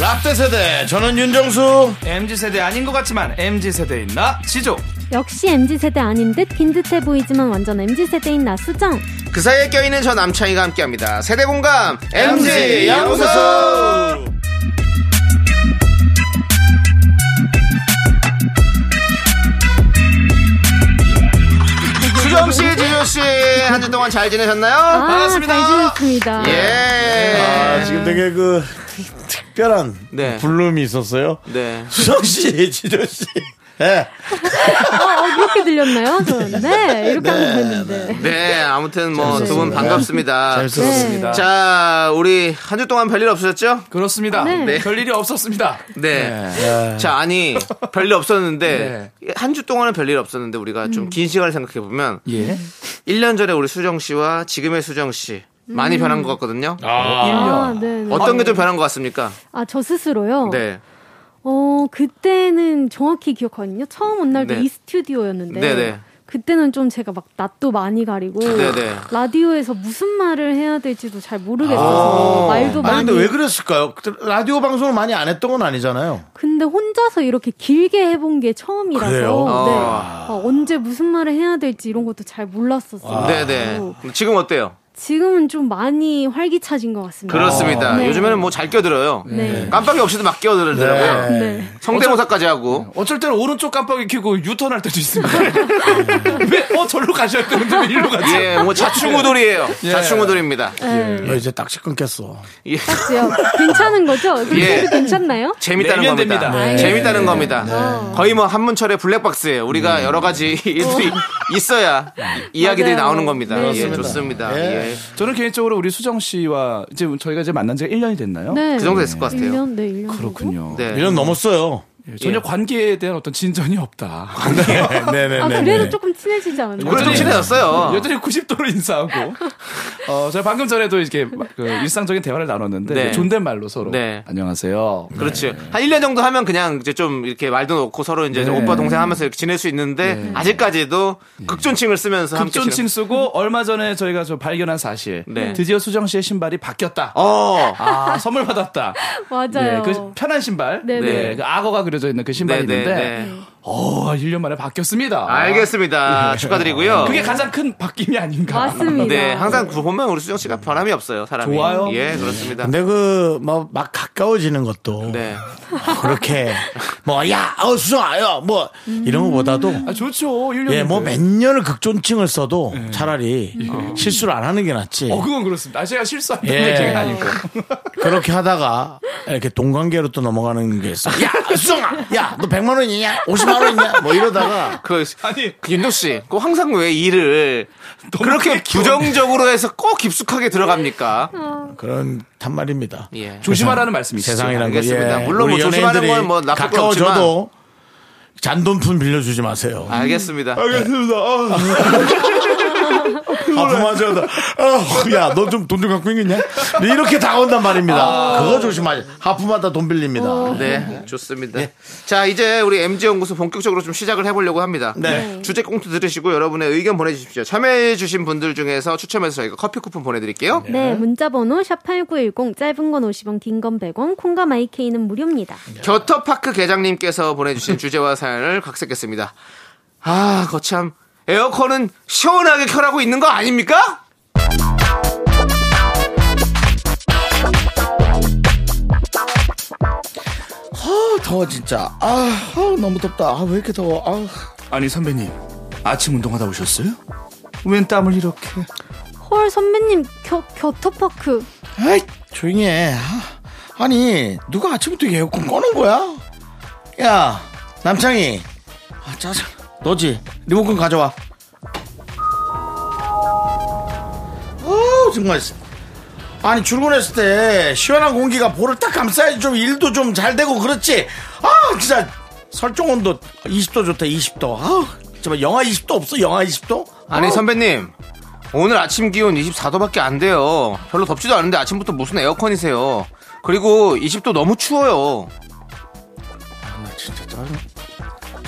Speaker 6: 라떼
Speaker 1: 네,
Speaker 6: 세대 저는 윤정수
Speaker 3: MZ 세대 아닌 것 같지만 MZ 세대인 나 지조.
Speaker 7: 역시 MZ세대 아닌 듯 긴 듯해 보이지만 완전 MZ세대인 나수정
Speaker 2: 그 사이에 껴있는 저 남창희가 함께합니다. 세대 공감 MG 양우수. 수정 씨, 지효 씨, 한 주 동안 잘
Speaker 4: 아,
Speaker 2: 지내셨나요?
Speaker 7: 반갑습니다 아, 잘 지냈습니다
Speaker 2: 예.
Speaker 6: 아, 지금 되게 그 특- 특별한
Speaker 2: 네.
Speaker 6: 불름이 있었어요
Speaker 2: 네.
Speaker 6: 수정 씨 지조 씨 예.
Speaker 7: 어, 이렇게 들렸나요? 저는 네 이렇게 하면 되는데
Speaker 2: 네, 아무튼 뭐 두 분
Speaker 6: 재밌었습니다.
Speaker 2: 반갑습니다.
Speaker 6: 재밌었습니다
Speaker 2: 자, 우리 한 주 동안 별일 없으셨죠?
Speaker 3: 그렇습니다.
Speaker 7: 네.
Speaker 2: 네.
Speaker 3: 별일이 없었습니다.
Speaker 2: 네. 자, 아니, 별일 없었는데, 한 주 동안은 별일 없었는데, 우리가
Speaker 7: 음.
Speaker 2: 좀 긴 시간을 생각해보면,
Speaker 3: 예.
Speaker 2: 1년 전에 우리 수정 씨와 지금의 수정 씨, 많이 변한 것 같거든요.
Speaker 7: 아, 네, 네.
Speaker 2: 어떤 게 좀 변한 것 같습니까?
Speaker 7: 아, 저 스스로요?
Speaker 2: 네.
Speaker 7: 어, 그때는 정확히 기억하거든요. 처음 온 날도
Speaker 2: 네.
Speaker 7: 이 스튜디오였는데.
Speaker 2: 네네.
Speaker 7: 그때는 좀 제가 막 낯도 많이 가리고
Speaker 2: 네네.
Speaker 7: 라디오에서 무슨 말을 해야 될지도 잘 모르겠어서 말도
Speaker 6: 아니
Speaker 7: 많이
Speaker 6: 근데 왜 그랬을까요? 그- 라디오 방송을 많이 안 했던 건 아니잖아요.
Speaker 7: 근데 혼자서 이렇게 길게 해본 게 처음이라서
Speaker 6: 그래요?
Speaker 7: 네.
Speaker 2: 아.
Speaker 7: 어, 언제 무슨 말을 해야 될지 이런 것도 잘 몰랐었어요.
Speaker 2: 네네.
Speaker 7: 그리고
Speaker 2: 지금 어때요?
Speaker 7: 지금은 좀 많이 활기차진 것 같습니다.
Speaker 2: 그렇습니다.
Speaker 7: 네.
Speaker 2: 요즘에는 뭐 잘 끼어들어요.
Speaker 7: 네.
Speaker 2: 깜빡이 없이도 막 끼어들더라고요.
Speaker 7: 네.
Speaker 2: 성대모사까지 하고.
Speaker 3: 어쩔 때는 오른쪽 깜빡이 켜고 유턴할 때도 있습니다. 왜? 어, 절로 가셔야 되는데 왜 이리로 가지?
Speaker 2: 예, 뭐 자충우돌이에요. 자충우돌입니다.
Speaker 7: 네.
Speaker 1: 너 이제 딱지 끊겼어.
Speaker 2: 예.
Speaker 7: 딱지요. 괜찮은 거죠? 그럼
Speaker 2: 예.
Speaker 7: 그래도 괜찮나요?
Speaker 2: 재밌다는
Speaker 3: 내면
Speaker 2: 겁니다.
Speaker 3: 됩니다. 네. 음.
Speaker 2: 재밌다는 겁니다. 거의 뭐 한문철의 블랙박스예요. 우리가 여러 가지 일들이 있어야 이야기들이
Speaker 7: 맞아요.
Speaker 2: 나오는 겁니다.
Speaker 7: 네.
Speaker 2: 예, 좋습니다. 예.
Speaker 3: 저는 개인적으로 우리 수정 씨와 이제 저희가 이제 만난 지가 1년이 됐나요?
Speaker 7: 네.
Speaker 2: 그 정도 됐을 것 같아요.
Speaker 7: 1년, 네, 1년.
Speaker 3: 그렇군요.
Speaker 2: 네.
Speaker 6: 1년 넘었어요.
Speaker 3: 예, 전혀 관계에 대한 어떤 진전이 없다.
Speaker 6: 네네네.
Speaker 7: 아, 그래도 조금 친해지지 않았나요?
Speaker 2: 그래도
Speaker 3: 네.
Speaker 2: 좀 친해졌어요.
Speaker 3: 여전히 90도로 인사하고. 어, 저희 방금 전에도 이렇게 막 그 일상적인 대화를 나눴는데
Speaker 2: 네.
Speaker 3: 이제 존댓말로 서로
Speaker 2: 네.
Speaker 3: 안녕하세요.
Speaker 2: 그렇지. 한 1년 정도 하면 그냥 이제 좀 이렇게 말도 놓고 서로 이제
Speaker 3: 네.
Speaker 2: 오빠 동생 하면서 이렇게 지낼 수 있는데 아직까지도 극존칭을 쓰면서 함께
Speaker 3: 급존칭
Speaker 2: 지내-
Speaker 3: 쓰고 뭐 얼마 전에 저희가 저 발견한 사실.
Speaker 2: 네.
Speaker 3: 드디어 수정 씨의 신발이 바뀌었다.
Speaker 2: 어.
Speaker 3: 아, 선물 받았다.
Speaker 7: 맞아요.
Speaker 3: 예, 그 편한 신발.
Speaker 7: 네네.
Speaker 3: 네, 그 악어가 그려져 있는 그 신발이
Speaker 2: 네네,
Speaker 3: 있는데
Speaker 2: 네.
Speaker 3: 어, 1년 만에 바뀌었습니다.
Speaker 2: 알겠습니다. 축하드리고요.
Speaker 3: 그게 가장 큰 바뀜이 아닌가?
Speaker 7: 맞습니다.
Speaker 2: 네, 항상 그 보면 우리 수정 씨가 변함이 없어요, 사람이.
Speaker 3: 좋아요.
Speaker 2: 예, 그렇습니다.
Speaker 1: 근데 그, 뭐, 막 가까워지는 것도.
Speaker 2: 네.
Speaker 1: 그렇게. 뭐, 야, 어, 수정아요. 뭐, 이런 것보다도.
Speaker 3: 아, 좋죠. 1년.
Speaker 1: 예, 뭐, 몇 년을 극존칭을 써도 차라리 실수를 안 하는 게 낫지.
Speaker 3: 어, 그건 그렇습니다. 아, 제가 실수한다는
Speaker 1: 예.
Speaker 3: 얘기는 아니고.
Speaker 1: 그렇게 하다가 이렇게 동관계로 또 넘어가는 게 있어. 야, 수정아! 야, 너 100만 원이냐? 50만 원이냐? 뭐 이러다가.
Speaker 2: 그,
Speaker 3: 아니,
Speaker 2: 그 윤도 씨, 그 항상 왜 일을
Speaker 3: 너무
Speaker 2: 그렇게
Speaker 3: 크게 키워.
Speaker 2: 부정적으로 해서 꼭 깊숙하게 들어갑니까?
Speaker 1: 그런 탄말입니다.
Speaker 2: 예.
Speaker 3: 조심하라는 말씀이시죠.
Speaker 1: 세상이란 거.
Speaker 2: 알겠습니다.
Speaker 1: 예.
Speaker 2: 물론 뭐
Speaker 1: 우리
Speaker 2: 조심하는
Speaker 1: 연예인들이
Speaker 2: 건뭐 나쁠 건 없지만.
Speaker 1: 가까워져도 잔돈푼 빌려주지 마세요.
Speaker 2: 알겠습니다.
Speaker 1: 알겠습니다. 아, 맞아. 아, 야, 너 좀 돈 좀 갖고 있겠냐? 이렇게 다가온단 말입니다. 그거 조심하지. 하품하다 돈 빌립니다.
Speaker 2: 네, 좋습니다. 자, 이제 우리 MG연구소 본격적으로 좀 시작을 해보려고 합니다.
Speaker 1: 네.
Speaker 2: 주제 꽁트 들으시고 여러분의 의견 보내주십시오. 참여해주신 분들 중에서 추첨해서 저희가 커피 쿠폰 보내드릴게요.
Speaker 7: 네, 문자번호 샵8910, 짧은 건 50원, 긴 건 100원, 콩과 마이케이는 무료입니다.
Speaker 2: 겨터파크 계장님께서 보내주신 주제와 사연을 각색했습니다. 아, 거참. 에어컨은 시원하게 켜라고 있는 거 아닙니까?
Speaker 1: 아, 더워, 진짜. 아, 아, 너무 덥다. 아, 왜 이렇게 더워. 아.
Speaker 3: 아니, 선배님. 아침 운동하다 오셨어요? 웬 땀을 이렇게.
Speaker 7: 헐, 선배님, 겨, 겨터파크.
Speaker 1: 에이, 조용히 해. 아, 아니, 누가 아침부터 에어컨 꺼놓은 거야? 야, 남창희. 아, 짜증. 너지? 리모컨 가져와. 어, 정말. 아니, 출근했을 때, 시원한 공기가 볼을 딱 감싸야지 좀 일도 좀 잘 되고 그렇지. 아, 진짜. 설정 온도 20도 좋다, 20도. 아, 정말 영하 20도 없어, 영하 20도?
Speaker 2: 아니,
Speaker 1: 어.
Speaker 2: 선배님. 오늘 아침 기온 24도밖에 안 돼요. 별로 덥지도 않은데 아침부터 무슨 에어컨이세요. 그리고 20도 너무 추워요.
Speaker 1: 아,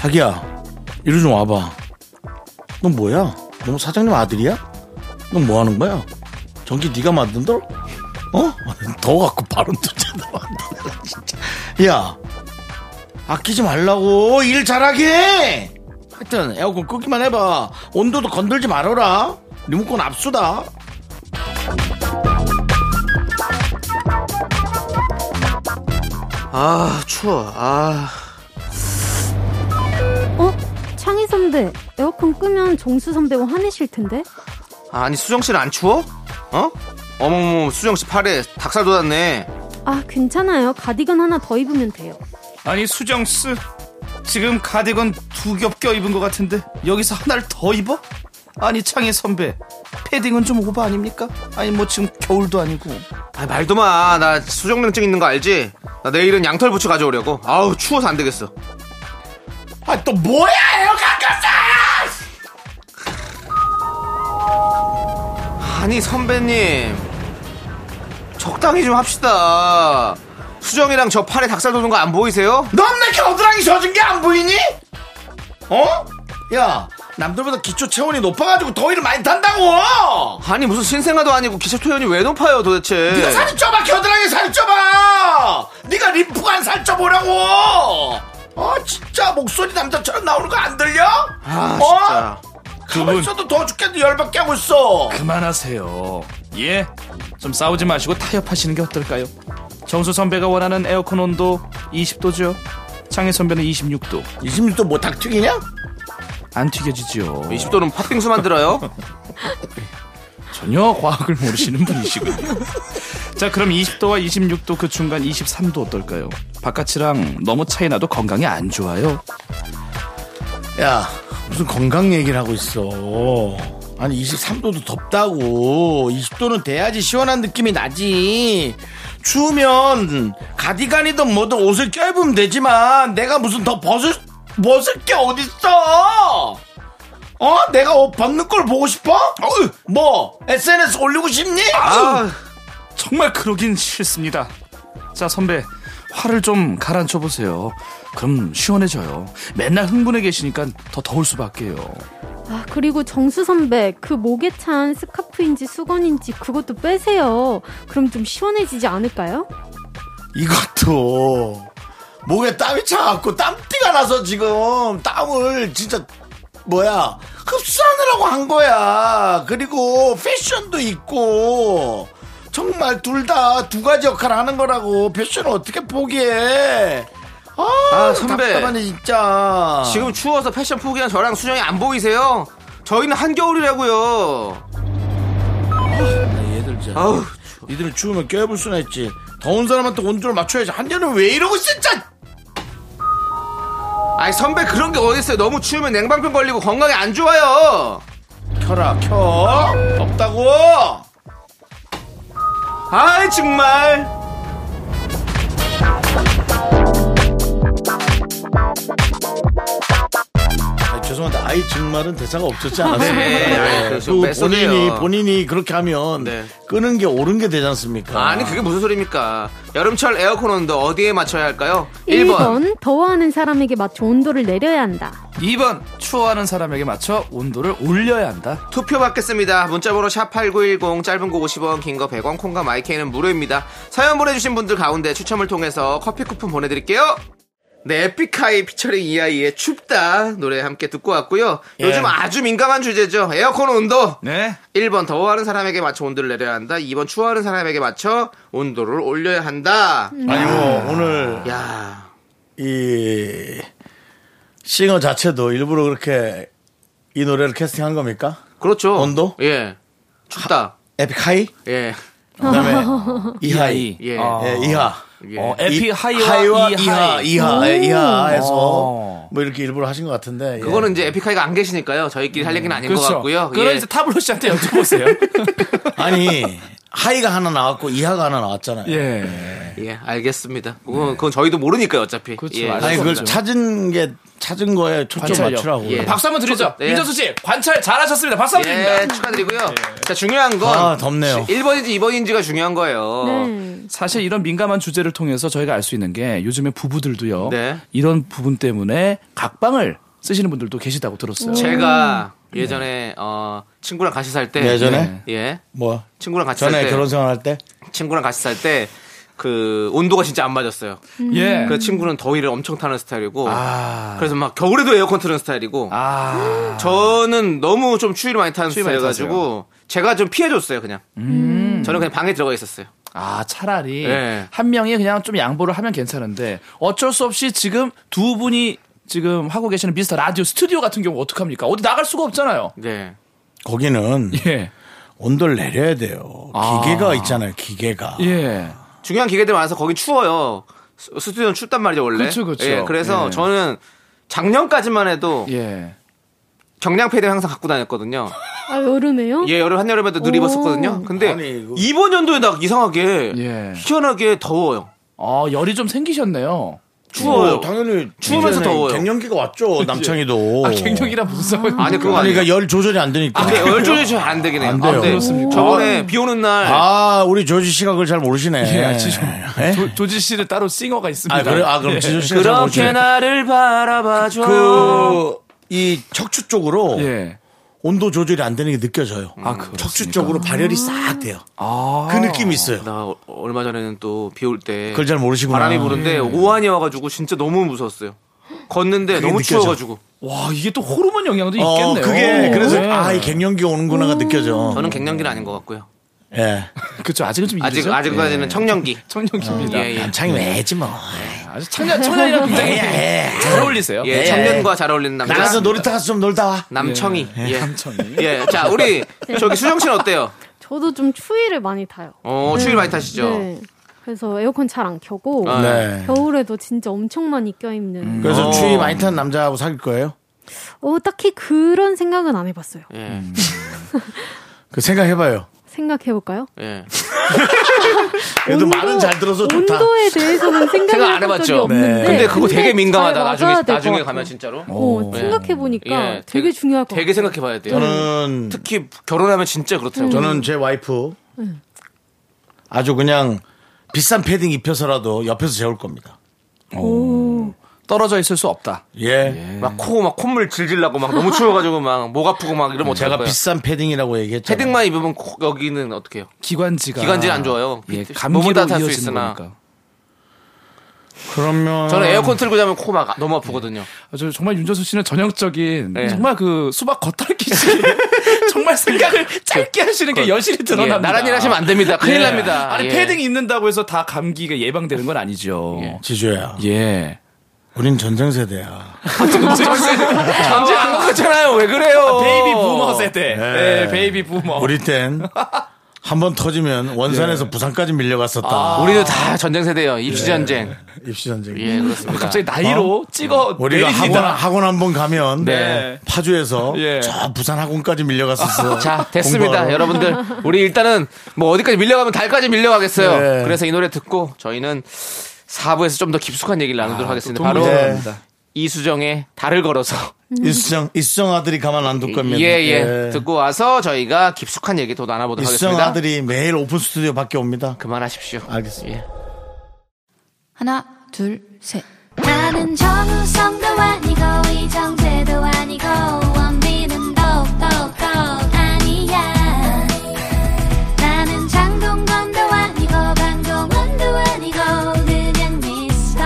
Speaker 1: 자기야 이리 좀 와봐 넌 뭐야 너 사장님 아들이야 넌 뭐 하는 거야 전기 네가 만든다 어? 더워갖고 발음도 잘 나왔다. 진짜. 야, 아끼지 말라고. 일 잘하게! 하여튼, 에어컨 끄기만 해봐. 온도도 건들지 말아라. 리모컨 압수다.
Speaker 2: 아 추워 아
Speaker 7: 어? 창희 선배, 에어컨 끄면 정수 선배가 화내실 텐데?
Speaker 2: 아니 수정 씨는 안 추워? 어? 어머머 수정 씨 팔에 닭살 돋았네
Speaker 7: 아, 괜찮아요. 가디건 하나 더 입으면 돼요.
Speaker 3: 아니 수정스 지금 가디건 두 겹 껴 입은 것 같은데 여기서 하나를 더 입어? 아니 창희 선배 패딩은 좀 오버 아닙니까? 아니 뭐 지금 겨울도 아니고
Speaker 2: 아 말도 마 나 수정냉증 있는 거 알지? 나 내일은 양털 부츠 가져오려고 아우 추워서 안 되겠어
Speaker 1: 아, 또 뭐야, 에어컨 껐어!
Speaker 2: 아니 선배님 적당히 좀 합시다 수정이랑 저 팔에 닭살 돋는 거 안 보이세요?
Speaker 1: 넌내 겨드랑이 젖은 게 안 보이니? 어? 야, 남들보다 기초 체온이 높아가지고 더위를 많이 탄다고!
Speaker 2: 아니 무슨 신생아도 아니고 기초 토연이 왜 높아요 도대체
Speaker 1: 네가 살 쪄봐 겨드랑이 살 쪄봐 아! 네가 림프관 살 쪄보라고 어 진짜 목소리 남자처럼 나오는 거 안 들려? 어?
Speaker 2: 아 진짜
Speaker 1: 가만 있어도 더워 죽겠는데 열받게 하고 있어
Speaker 3: 그만하세요 예? 좀 싸우지 마시고 타협하시는 게 어떨까요? 정수 선배가 원하는 에어컨 온도 20도죠 창희 선배는 26도
Speaker 1: 26도 뭐 닭튀기냐?
Speaker 3: 안 튀겨지죠
Speaker 2: 20도는 팥빙수 만들어요?
Speaker 3: 전혀 과학을 모르시는 분이시군요. 자, 그럼 20도와 26도 그 중간 23도 어떨까요? 바깥이랑 너무 차이 나도 건강에 안 좋아요.
Speaker 1: 야 무슨 건강 얘기를 하고 있어 아니 23도도 덥다고 20도는 돼야지 시원한 느낌이 나지 추우면 가디건이든 뭐든 옷을 껴입으면 되지만 내가 무슨 더 벗을 벗을 게 어딨어 어? 내가 옷 벗는 걸 보고 싶어? 어휴, 뭐 SNS 올리고 싶니?
Speaker 3: 아, 정말 그러긴 싫습니다. 자, 선배. 화를 좀 가라앉혀 보세요. 그럼 시원해져요. 맨날 흥분해 계시니까 더 더울 수밖에요.
Speaker 7: 아, 그리고 정수 선배, 그 목에 찬 스카프인지 수건인지 그것도 빼세요. 그럼 좀 시원해지지 않을까요?
Speaker 1: 이것도 목에 땀이 차갖고 땀띠가 나서 지금 땀을 진짜 뭐야 흡수하느라고 한 거야 그리고 패션도 있고 정말 둘 다 두 가지 역할을 하는 거라고 패션을 어떻게 포기해 아,
Speaker 2: 아, 선배.
Speaker 1: 답답하네 진짜
Speaker 2: 지금 추워서 패션 포기한 저랑 수정이 안 보이세요? 저희는 한겨울이라고요
Speaker 1: 얘들 진짜
Speaker 2: 아우
Speaker 1: 니들 추우면 껴입을 수나 있지 더운 사람한테 온도를 맞춰야지 한여름 왜 이러고 진짜
Speaker 2: 아니 선배 그런 게 어딨어요 너무 추우면 냉방병 걸리고 건강에 안 좋아요
Speaker 1: 켜라 켜 덥다고
Speaker 2: 아이 정말
Speaker 1: 아, 죄송한데 아이 정말은 대사가 없었지 않았어요.
Speaker 2: 네, 아이, 그래서
Speaker 1: 그
Speaker 2: 뺐었네요.
Speaker 1: 본인이 본인이 그렇게 하면
Speaker 2: 네.
Speaker 1: 끄는 게 옳은 게 되지 않습니까?
Speaker 2: 아니 그게 무슨 소리입니까 여름철 에어컨 온도 어디에 맞춰야 할까요? 1번
Speaker 7: 1번, 더워하는 사람에게 맞춰 온도를 내려야 한다.
Speaker 3: 2번. 추워하는 사람에게 맞춰 온도를 올려야 한다.
Speaker 2: 투표 받겠습니다 문자번호 샵8910 짧은 거 50원 긴 거 100원 콩과 마이케이는 무료입니다 사연 보내주신 분들 가운데 추첨을 통해서 커피 쿠폰 보내드릴게요 네 에픽하이 피처링 이아이의 춥다 노래 함께 듣고 왔고요
Speaker 1: 예.
Speaker 2: 요즘 아주 민감한 주제죠 에어컨 온도
Speaker 3: 네.
Speaker 2: 1번 더워하는 사람에게 맞춰 온도를 내려야 한다. 2번 추워하는 사람에게 맞춰 온도를 올려야 한다.
Speaker 1: 아니고 뭐, 오늘
Speaker 2: 야.
Speaker 1: 이 싱어 자체도 일부러 그렇게 이 노래를 캐스팅한 겁니까?
Speaker 2: 그렇죠.
Speaker 1: 온도?
Speaker 2: 예. 춥다.
Speaker 1: 에픽하이
Speaker 2: 예.
Speaker 1: 그다음에 이하이
Speaker 2: 예.
Speaker 1: 예, 이하
Speaker 2: 예.
Speaker 3: 어, 에피
Speaker 1: 이-
Speaker 3: 하이와 어.
Speaker 1: 이하
Speaker 3: 이하이.
Speaker 1: 이하 예, 이하에서
Speaker 3: 오.
Speaker 1: 뭐 이렇게 일부러 하신 것 같은데 예.
Speaker 2: 그거는 이제 에픽하이가 안 계시니까요. 저희끼리 할 얘기는 아닌 것
Speaker 3: 그렇죠.
Speaker 2: 같고요.
Speaker 3: 그럼
Speaker 2: 예.
Speaker 3: 이제 타블로 씨한테 여쭤보세요.
Speaker 1: 아니 하이가 하나 나왔고 이하가 하나 나왔잖아요.
Speaker 3: 예.
Speaker 2: 예, 알겠습니다. 그건, 그건 저희도 모르니까요, 어차피.
Speaker 3: 그렇죠.
Speaker 2: 예.
Speaker 3: 알겠습니다.
Speaker 1: 아니 그걸
Speaker 3: 그렇죠.
Speaker 1: 찾은 게 찾은 거에 초점
Speaker 3: 관찰력.
Speaker 1: 맞추라고.
Speaker 2: 예.
Speaker 3: 박수 한번 드리죠.
Speaker 2: 예.
Speaker 3: 민정수 씨, 관찰 잘하셨습니다. 박수 한번 드립니다.
Speaker 2: 예, 축하드리고요. 자, 중요한 건
Speaker 1: 아, 덥네요.
Speaker 2: 1번인지 2번인지가 중요한 거예요.
Speaker 7: 네.
Speaker 3: 사실 이런 민감한 주제를 통해서 저희가 알 수 있는 게 요즘에 부부들도요.
Speaker 2: 네.
Speaker 3: 이런 부분 때문에 각방을 쓰시는 분들도 계시다고 들었어요.
Speaker 2: 제가 예전에 어, 친구랑 같이 살 때
Speaker 1: 예전에
Speaker 3: 네.
Speaker 2: 예.
Speaker 1: 뭐
Speaker 2: 친구랑 같이 살
Speaker 1: 전에
Speaker 2: 때
Speaker 1: 결혼 생활할 때
Speaker 2: 친구랑 같이 살 때 그 온도가 진짜 안 맞았어요.
Speaker 3: 예.
Speaker 2: 그 친구는 더위를 엄청 타는 스타일이고 그래서 막 겨울에도 에어컨 틀는 스타일이고
Speaker 3: 아.
Speaker 2: 저는 너무 좀 추위를 많이 타는
Speaker 3: 추위 많이 음.
Speaker 2: 스타일이어가지고 제가 좀 피해줬어요 그냥. 저는 그냥 방에 들어가 있었어요.
Speaker 3: 아, 차라리
Speaker 1: 네.
Speaker 2: 예.
Speaker 3: 한 명이 그냥 좀 양보를 하면 괜찮은데 어쩔 수 없이 지금 두 분이 지금 하고 계시는 미스터 라디오 스튜디오 같은 경우 어떡합니까? 어디 나갈 수가 없잖아요.
Speaker 2: 네.
Speaker 6: 거기는
Speaker 3: 예.
Speaker 6: 온도를 내려야 돼요. 기계가 있잖아요. 기계가.
Speaker 3: 예.
Speaker 2: 중요한 기계들 많아서 거기 추워요. 스- 스튜디오는 춥단 말이죠 원래.
Speaker 3: 그쵸, 그쵸.
Speaker 2: 예, 그래서
Speaker 3: 예.
Speaker 2: 저는 작년까지만 해도
Speaker 3: 예.
Speaker 2: 경량 패딩 항상 갖고 다녔거든요.
Speaker 7: 아 여름에요?
Speaker 2: 예, 여름 한여름에도 늘
Speaker 7: 오.
Speaker 2: 입었었거든요. 근데
Speaker 6: 아니, 이거-
Speaker 2: 이번 연도에 나 이상하게
Speaker 3: 예.
Speaker 2: 희한하게 더워요.
Speaker 3: 어, 열이 좀 생기셨네요.
Speaker 2: 추워요.
Speaker 1: 어, 당연히
Speaker 2: 추우면서
Speaker 1: 예전에
Speaker 2: 더워요.
Speaker 1: 갱년기가 왔죠 남창희도.
Speaker 3: 아, 갱년기랑 무슨 상관이
Speaker 2: 아니 그거
Speaker 1: 아니
Speaker 2: 아니에요.
Speaker 1: 그러니까 열 조절이 안 되니까.
Speaker 2: 아, 근데 열조절 잘안 되긴 해요.
Speaker 1: 안 돼요.
Speaker 2: 아, 네.
Speaker 3: 그렇습니까?
Speaker 2: 저번에 비 오는 날
Speaker 1: 아, 우리 조지 씨가 그걸 잘 모르시네.
Speaker 3: 예, 아, 지조.
Speaker 1: 예?
Speaker 3: 조- 조지 씨는 따로 싱어가 있습니다.
Speaker 1: 아, 그래? 아, 그럼 지조 씨가 잘
Speaker 2: 그렇게
Speaker 1: 모르시네.
Speaker 2: 나를 바라봐줘.
Speaker 1: 그, 이 척추 쪽으로
Speaker 3: 예.
Speaker 1: 온도 조절이 안 되는 게 느껴져요.
Speaker 3: 아, 그렇습니까?
Speaker 1: 척추 쪽으로 발열이 싹 돼요.
Speaker 3: 아.
Speaker 1: 그 느낌이 있어요.
Speaker 2: 나 어- 얼마 전에는 또 비 올 때
Speaker 1: 그걸 잘 모르시구나. 예.
Speaker 2: 바람이 부는데 오한이 와가지고 진짜 너무 무서웠어요. 걷는데 너무
Speaker 1: 느껴져.
Speaker 2: 추워가지고
Speaker 3: 와, 이게 또 호르몬 영향도
Speaker 1: 어,
Speaker 3: 있겠네요.
Speaker 1: 그게 그래서
Speaker 3: 예.
Speaker 1: 아, 이 갱년기 오는구나가 느껴져.
Speaker 2: 저는 갱년기는 아닌 것 같고요.
Speaker 1: 예.
Speaker 3: 그쵸, 아직은 좀 어.
Speaker 2: 아직
Speaker 3: 이르죠?
Speaker 2: 아직까지는
Speaker 3: 예.
Speaker 2: 청년기.
Speaker 3: 청년기입니다.
Speaker 2: 예, 예.
Speaker 1: 창이 왜지 뭐.
Speaker 3: 아주 청년, 청년이랑 굉장히 잘 어울리세요.
Speaker 2: 예, 청년과 잘 어울리는 남자.
Speaker 1: 네. 나가서 놀이터 가서 좀 놀다 와.
Speaker 2: 남청이. 예.
Speaker 3: 남청이.
Speaker 2: 예. 자, 우리
Speaker 7: 네.
Speaker 2: 저기 수정 씨는 어때요?
Speaker 7: 저도 좀 추위를 많이 타요.
Speaker 2: 어, 추위 많이 타시죠?
Speaker 7: 네. 그래서 에어컨 잘 안 켜고
Speaker 2: 아,
Speaker 1: 네.
Speaker 7: 겨울에도 진짜 엄청 많이 껴입는.
Speaker 1: 그래서
Speaker 2: 어.
Speaker 1: 추위 많이 타는 남자하고 사귈 거예요?
Speaker 7: 어 딱히 그런 생각은 안 해봤어요.
Speaker 2: 예.
Speaker 1: 그 생각해봐요.
Speaker 7: 생각해볼까요?
Speaker 3: 음.
Speaker 2: 예.
Speaker 1: 그래도 말은 잘 들어서 좋다.
Speaker 7: 온도에 대해서는 생각을
Speaker 2: 생각 안
Speaker 7: 해본
Speaker 3: 네.
Speaker 7: 적이
Speaker 2: 해봤죠.
Speaker 1: 네.
Speaker 7: 없는데.
Speaker 2: 근데 그거 되게 민감하다.
Speaker 7: 잘
Speaker 2: 나중에
Speaker 7: 맞아야 될것
Speaker 2: 나중에
Speaker 7: 같아요.
Speaker 2: 가면 진짜로.
Speaker 7: 어,
Speaker 2: 예.
Speaker 7: 생각해보니까 되게, 중요할 것
Speaker 2: 되게
Speaker 7: 같아요.
Speaker 2: 생각해 봐야 돼요.
Speaker 1: 저는
Speaker 2: 특히 결혼하면 진짜 그렇더라고요.
Speaker 1: 저는 제 와이프 아주 그냥 비싼 패딩 입혀서라도 옆에서 재울 겁니다.
Speaker 3: 떨어져 있을 수 없다.
Speaker 1: 예.
Speaker 3: 네.
Speaker 2: 막 코, 막 콧물 질질 나고 막 너무 추워가지고 막 목 아프고 막 이러면 어떡할
Speaker 1: 제가
Speaker 2: 거예요?
Speaker 1: 비싼 패딩이라고 얘기했죠.
Speaker 2: 패딩만 입으면 코- 여기는 어떻게 해요?
Speaker 3: 기관지가.
Speaker 2: 기관지 안 좋아요.
Speaker 3: 예,
Speaker 2: 몸은
Speaker 3: 감기로
Speaker 2: 따뜻할 수
Speaker 3: 이어지는
Speaker 2: 있으나.
Speaker 3: 거니까.
Speaker 1: 그러면
Speaker 2: 저는 에어컨 틀고 자면 코 막 너무 아프거든요.
Speaker 3: 아, 저 정말 윤정수 씨는 전형적인
Speaker 2: 네.
Speaker 3: 정말 그 수박 겉핥기식 정말 생각을 짧게 하시는 게 여실히 드러납니다.
Speaker 2: 그 예, 나란히 하시면 안 됩니다. 큰일
Speaker 3: 예.
Speaker 2: 납니다.
Speaker 3: 아니
Speaker 2: 예.
Speaker 3: 패딩 입는다고 해서 다 감기가 예방되는 건 아니죠. 예.
Speaker 1: 지조야. 우린 전쟁 세대야.
Speaker 2: 잠재 안 그렇잖아요. 왜 그래요?
Speaker 3: 베이비 부머 세대.
Speaker 1: 네.
Speaker 3: 예, 베이비 부머.
Speaker 1: 우리 땐 한 번 터지면
Speaker 2: 예.
Speaker 1: 원산에서 부산까지 밀려갔었다.
Speaker 2: 우리도 다 전쟁 세대예요. 입시 전쟁.
Speaker 1: 입시 전쟁.
Speaker 2: 아. 예,
Speaker 1: 아,
Speaker 2: 그렇습니다.
Speaker 3: 갑자기 나이로 찍어
Speaker 1: 우리가 학원
Speaker 3: 내립니다.
Speaker 1: 학원 한 번 가면
Speaker 3: 네.
Speaker 1: 파주에서
Speaker 3: 예.
Speaker 1: 저 부산 학원까지 밀려갔었어.
Speaker 2: 아, 자, 됐습니다.
Speaker 1: 공부하러.
Speaker 2: 여러분들. 우리 일단은 뭐 어디까지 밀려가면 달까지 밀려가겠어요.
Speaker 1: 네.
Speaker 2: 그래서 이 노래 듣고 저희는 4부에서 좀 더 깊숙한 얘기를 나누도록 하겠습니다. 바로
Speaker 1: 네.
Speaker 2: 이수정의 달을 걸어서.
Speaker 1: 이수정 이수정 아들이 가만 안 둘 겁니다.
Speaker 2: 예, 예. 듣고 와서 저희가 깊숙한 얘기 더 나눠보도록
Speaker 1: 이수정
Speaker 2: 하겠습니다.
Speaker 1: 아들이 매일 오픈 스튜디오 밖에 옵니다.
Speaker 2: 그만하십시오.
Speaker 1: 알겠습니다.
Speaker 2: 예.
Speaker 8: 하나, 둘, 셋.
Speaker 4: 나는 정우성도 아니고 이정재도 아니고 원빈은 더욱더 아니야 나는 장동건도 아니고 방종원도 아니고 그냥 미스터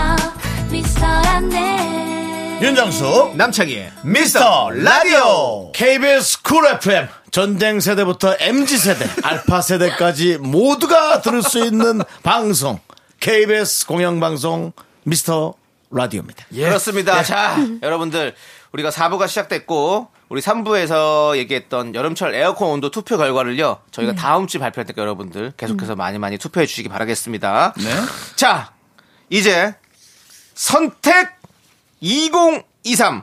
Speaker 4: 미스터란데
Speaker 7: 예,
Speaker 1: 윤정수 남창희 미스터 라디오 KBS 쿨 FM 전쟁 세대부터 MZ 세대 알파 세대까지 모두가 들을 수 있는 방송 KBS 공영방송 미스터 라디오입니다. 예.
Speaker 2: 그렇습니다. 자, 여러분들. 우리가 4부가 시작됐고, 우리 3부에서 얘기했던 여름철 에어컨 온도 투표 결과를요, 저희가 다음 주에 발표할 테니까 여러분들 계속해서 많이 많이 투표해 주시기 바라겠습니다.
Speaker 3: 네.
Speaker 2: 자, 이제 선택 2023.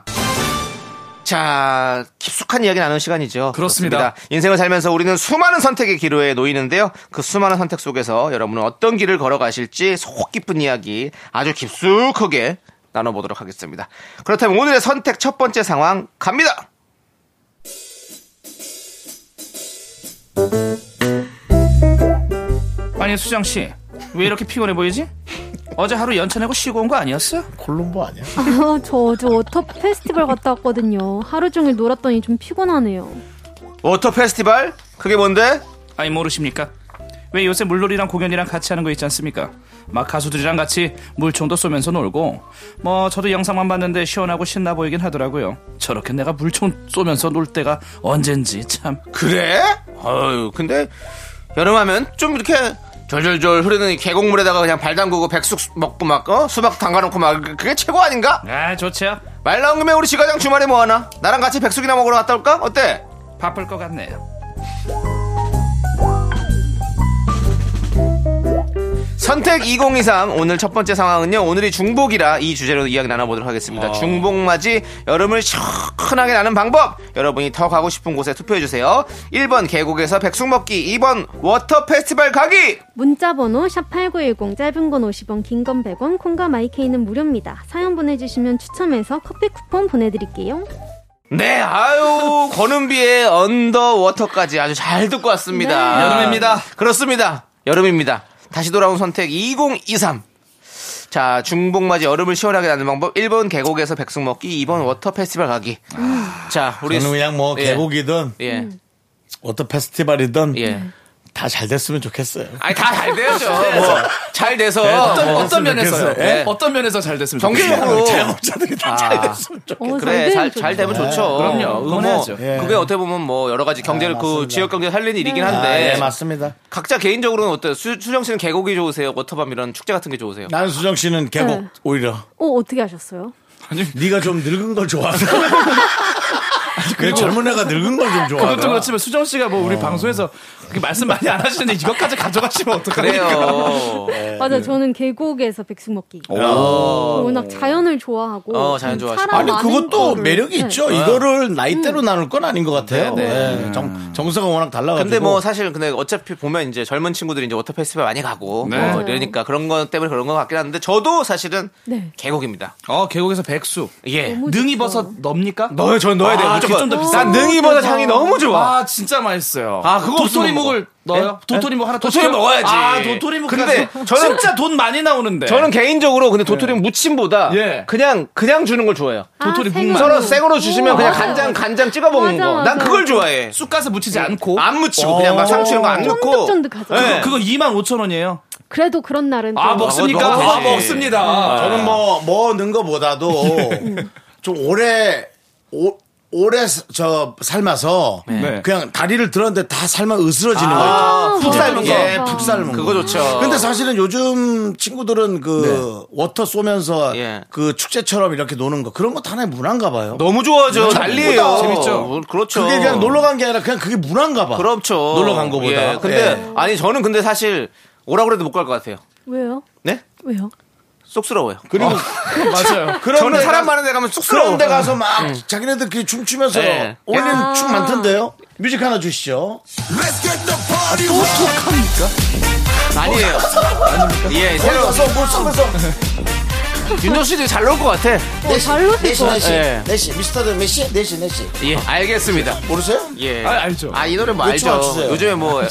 Speaker 2: 자, 깊숙한 이야기 나누는 시간이죠.
Speaker 3: 그렇습니다.
Speaker 2: 인생을 살면서 우리는 수많은 선택의 기로에 놓이는데요. 그 수많은 선택 속에서 여러분은 어떤 길을 걸어가실지 속 깊은 이야기 아주 깊숙하게 나눠보도록 하겠습니다. 그렇다면 오늘의 선택 첫 번째 상황 갑니다.
Speaker 3: 아니 수정 씨, 왜 이렇게 피곤해 보이지? 어제 하루 연차 내고 쉬고 온 거 아니었어?
Speaker 1: 콜롬보 아니야?
Speaker 7: 아, 저, 저 워터 페스티벌 갔다 왔거든요. 하루 종일 놀았더니 좀 피곤하네요.
Speaker 2: 워터 페스티벌? 그게 뭔데?
Speaker 3: 아니 모르십니까? 왜 요새 물놀이랑 공연이랑 같이 하는 거 있지 않습니까? 막 가수들이랑 같이 물총도 쏘면서 놀고 뭐 저도 영상만 봤는데 시원하고 신나 보이긴 하더라고요. 저렇게 내가 물총 쏘면서 놀 때가 언젠지 참.
Speaker 2: 그래? 아유, 근데 여름하면 좀 이렇게 절절절 흐르는 이 계곡물에다가 그냥 발 담그고 백숙 먹고 막 어? 수박 담가놓고 막 그게 최고 아닌가?
Speaker 3: 아 좋지요.
Speaker 2: 말 나온 김에 우리 지과장 주말에 뭐 하나? 나랑 같이 백숙이나 먹으러 갔다 올까? 어때?
Speaker 3: 바쁠 것 같네요.
Speaker 2: 선택 2023 오늘 첫 번째 상황은요. 오늘이 아, 중복이라 이 주제로 이야기 나눠보도록
Speaker 1: 어.
Speaker 2: 하겠습니다. 중복맞이 여름을 시원하게 나는 방법. 여러분이 더 가고 싶은 곳에 투표해주세요. 1번 계곡에서 백숙 먹기, 2번 워터 페스티벌 가기.
Speaker 7: 문자번호 샵8910 짧은 건 50원 긴 건 100원 콩과 마이케이는 무료입니다. 사연 보내주시면 추첨해서 커피 쿠폰 보내드릴게요.
Speaker 2: 네, 아유 권은비의 언더워터까지 아주 잘 듣고 왔습니다.
Speaker 7: 네.
Speaker 2: 여름입니다. 그렇습니다. 여름입니다. 다시 돌아온 선택 2023. 자, 중복맞이 여름을 시원하게 나는 방법 1번 계곡에서 백숙 먹기, 2번 워터 페스티벌 가기. 자, 우리
Speaker 1: 아, 저는 그냥 뭐
Speaker 2: 예.
Speaker 1: 계곡이든
Speaker 2: 예.
Speaker 1: 워터 페스티벌이든
Speaker 2: 예.
Speaker 1: 다 잘 됐으면 좋겠어요.
Speaker 2: 아니 다 잘 되죠. 뭐, 잘 돼서
Speaker 1: 어떤-
Speaker 2: 뭐,
Speaker 1: 어떤 면에서요?
Speaker 2: 예.
Speaker 3: 어떤 면에서 잘 됐으면
Speaker 2: 정신적으로 아.
Speaker 1: 자영업자들이 다 잘 됐으면 좋겠어요.
Speaker 7: 어,
Speaker 2: 그래 잘, 잘 되면 좋죠.
Speaker 3: 그럼요.
Speaker 2: 그거 뭐,
Speaker 3: 응원해야죠.
Speaker 1: 예.
Speaker 2: 그게 어떻게 보면 뭐 여러 가지 경제를 그
Speaker 1: 맞습니다.
Speaker 2: 지역 경제 살리는 일이긴 한데
Speaker 1: 아, 예, 맞습니다.
Speaker 2: 각자 개인적으로는 어때요? 수, 수정 씨는 계곡이 좋으세요? 워터밤 이런 축제 같은 게 좋으세요?
Speaker 1: 나는 수정 씨는 계곡
Speaker 7: 네.
Speaker 1: 오히려
Speaker 7: 어, 어떻게 하셨어요?
Speaker 1: 네가 좀 늙은 걸 좋아하는 그 젊은 애가 늙은 걸 좀 좋아하는
Speaker 3: 그것도 그렇지만 수정 씨가 뭐 우리 방송에서 그렇게 말씀 많이 안 하시는데 이것까지 가져가시면 어떡합니까?
Speaker 2: 그래요.
Speaker 3: 네.
Speaker 7: 맞아, 저는 계곡에서 백숙 먹기. 그 워낙 자연을 좋아하고.
Speaker 2: 어, 자연
Speaker 7: 좀
Speaker 2: 좋아하시고.
Speaker 7: 사람
Speaker 1: 아니
Speaker 7: 많은
Speaker 1: 그것도
Speaker 7: 거를-
Speaker 1: 매력이
Speaker 7: 네.
Speaker 1: 있죠. 이거를 나이대로 나눌 건 아닌 것 같아요.
Speaker 2: 네, 네.
Speaker 1: 예, 정, 정서가 워낙 달라가지고.
Speaker 2: 근데 뭐 사실 근데 어차피 보면 이제 젊은 친구들이 이제 워터 페스티벌 많이 가고
Speaker 3: 네.
Speaker 2: 뭐 이러니까 그런 것 때문에 그런 것 같긴 한데 저도 사실은
Speaker 7: 네.
Speaker 2: 계곡입니다.
Speaker 3: 어 계곡에서 백수
Speaker 2: 예.
Speaker 7: 너무
Speaker 3: 능이
Speaker 7: 좋죠.
Speaker 3: 버섯 넣습니까?
Speaker 2: 넣어요, 저 넣어야 돼요.
Speaker 3: 아,
Speaker 2: 무조건.
Speaker 3: 좀더
Speaker 2: 난
Speaker 3: 비싼 거.
Speaker 2: 능이보다
Speaker 7: 진짜.
Speaker 2: 향이 너무 좋아.
Speaker 3: 아 진짜 맛있어요.
Speaker 2: 아, 그거
Speaker 3: 도토리
Speaker 2: 없으면 먹어.
Speaker 3: 묵을 넣어요? 도토리묵 하나 더
Speaker 2: 도토리
Speaker 3: 시켜요?
Speaker 2: 먹어야지.
Speaker 3: 아 도토리묵.
Speaker 2: 근데
Speaker 3: 근데
Speaker 2: 저는-
Speaker 3: 진짜 돈 많이 나오는데.
Speaker 2: 저는 개인적으로 근데 도토리 무침보다
Speaker 3: 네. 예.
Speaker 2: 그냥 그냥 주는 걸 좋아해요.
Speaker 3: 도토리
Speaker 7: 생으로.
Speaker 3: 묵만.
Speaker 2: 썰어 생으로 주시면
Speaker 7: 오,
Speaker 2: 그냥
Speaker 7: 맞아요.
Speaker 2: 간장 간장 찍어 먹는
Speaker 7: 맞아,
Speaker 2: 거. 난
Speaker 7: 맞아.
Speaker 2: 그걸 좋아해. 네.
Speaker 3: 쑥가서 묻히지 않고.
Speaker 2: 안 묻히고 그냥 막 상추 이런 거 안 넣고.
Speaker 7: 쫀득쫀득하죠.
Speaker 2: 예.
Speaker 3: 그거 2만 5천 원이에요.
Speaker 7: 그래도 그런 날은 좀
Speaker 3: 아 먹습니까?
Speaker 2: 먹어도 되지.
Speaker 3: 먹습니다.
Speaker 1: 저는 뭐, 뭐 넣은 거보다도 좀 오래, 오, 오래 사- 저 삶아서
Speaker 3: 네.
Speaker 1: 그냥 다리를 들었는데 다 삶아 으스러지는 거.
Speaker 7: 푹 삶은 거.
Speaker 1: 예, 푹 삶은 거.
Speaker 2: 그거 좋죠. 네.
Speaker 1: 근데 사실은 요즘 친구들은 그 워터 쏘면서
Speaker 2: 예.
Speaker 1: 그 축제처럼 이렇게 노는 거 그런 것도 하나의 문화인가 봐요.
Speaker 2: 너무 좋아져
Speaker 1: 전부
Speaker 2: 난리예요.
Speaker 1: 다.
Speaker 3: 재밌죠?
Speaker 2: 뭐, 그렇죠.
Speaker 1: 그게 그냥 놀러 간 게 아니라 그냥 그게 문화인가 봐.
Speaker 2: 그렇죠.
Speaker 1: 놀러 간 거보다.
Speaker 2: 예, 근데
Speaker 1: 예.
Speaker 2: 아니 저는 근데 사실 오라고 해도 못 갈 것 같아요.
Speaker 7: 왜요?
Speaker 2: 네?
Speaker 7: 왜요?
Speaker 2: 쑥스러워요. 아,
Speaker 1: 그리고
Speaker 3: 맞아요.
Speaker 1: 그런
Speaker 2: 저는
Speaker 1: 데
Speaker 2: 사람
Speaker 1: 가-
Speaker 2: 많은 데 가면 쑥스러워.
Speaker 1: 그런 데 가서 막 자기네들끼리 춤추면서
Speaker 2: 예.
Speaker 1: 올리는
Speaker 7: 아.
Speaker 1: 춤 많던데요. 뮤직 하나 주시죠.
Speaker 2: 아니에요. 예, 새로
Speaker 1: 가서 뭘 쏘면서
Speaker 2: 윤정 씨도 잘 나올 것 같아.
Speaker 7: 어, 잘 노실
Speaker 1: 네 내시
Speaker 7: 것
Speaker 1: 내시 네
Speaker 2: 예.
Speaker 1: 내시 미스터드 내시 네 내시 내시
Speaker 2: 예, 알겠습니다.
Speaker 1: 모르세요?
Speaker 2: 예.
Speaker 3: 아, 알죠.
Speaker 2: 아, 이 노래 뭐
Speaker 1: 요즘
Speaker 2: 알죠.
Speaker 1: 안 추세요.
Speaker 2: 요즘에 뭐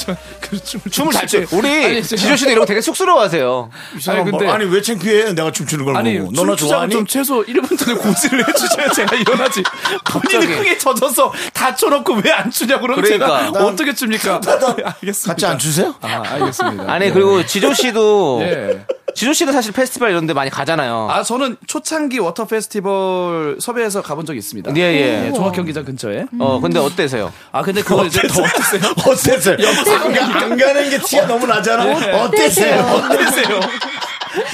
Speaker 3: 그 춤을
Speaker 2: 춤을 잘 추. 우리
Speaker 3: 아니, 제가-
Speaker 2: 지조 씨도 이런 거 되게 쑥스러워하세요.
Speaker 1: 이 사람
Speaker 3: 아니,
Speaker 1: 뭐-
Speaker 3: 근데-
Speaker 1: 아니 왜 창피해? 내가 춤추는 걸
Speaker 2: 어,
Speaker 3: 아니
Speaker 1: 보고 너나 좋아하니?
Speaker 3: 네, 좀 최소 1분 전에 고지를 해주셔야 제가 일어나지 본인이
Speaker 2: 갑자기.
Speaker 3: 크게 젖어서 다쳐놓고 왜 안 추냐고 그러면
Speaker 2: 그러니까.
Speaker 3: 제가 어떻게 춥니까 네, 알겠습니다
Speaker 1: 같이 안 추세요?
Speaker 3: 아, 알겠습니다
Speaker 2: 아니 그리고
Speaker 3: 네.
Speaker 2: 지조 씨도
Speaker 3: 예.
Speaker 2: 지조 씨도 사실 페스티벌 이런 데 많이 가잖아요.
Speaker 3: 아 저는 초창기 워터 페스티벌 섭외해서 가본 적이 있습니다
Speaker 2: 예,
Speaker 3: 네,
Speaker 2: 예.
Speaker 3: 종합경기장 근처에
Speaker 2: 어, 근데 어때서요?
Speaker 3: 아 근데 그걸 이제 더 어땠어요
Speaker 1: 어땠어요? 안, 안 가는 게 티가 너무 나잖아. 어땠어요?
Speaker 3: 어땠어요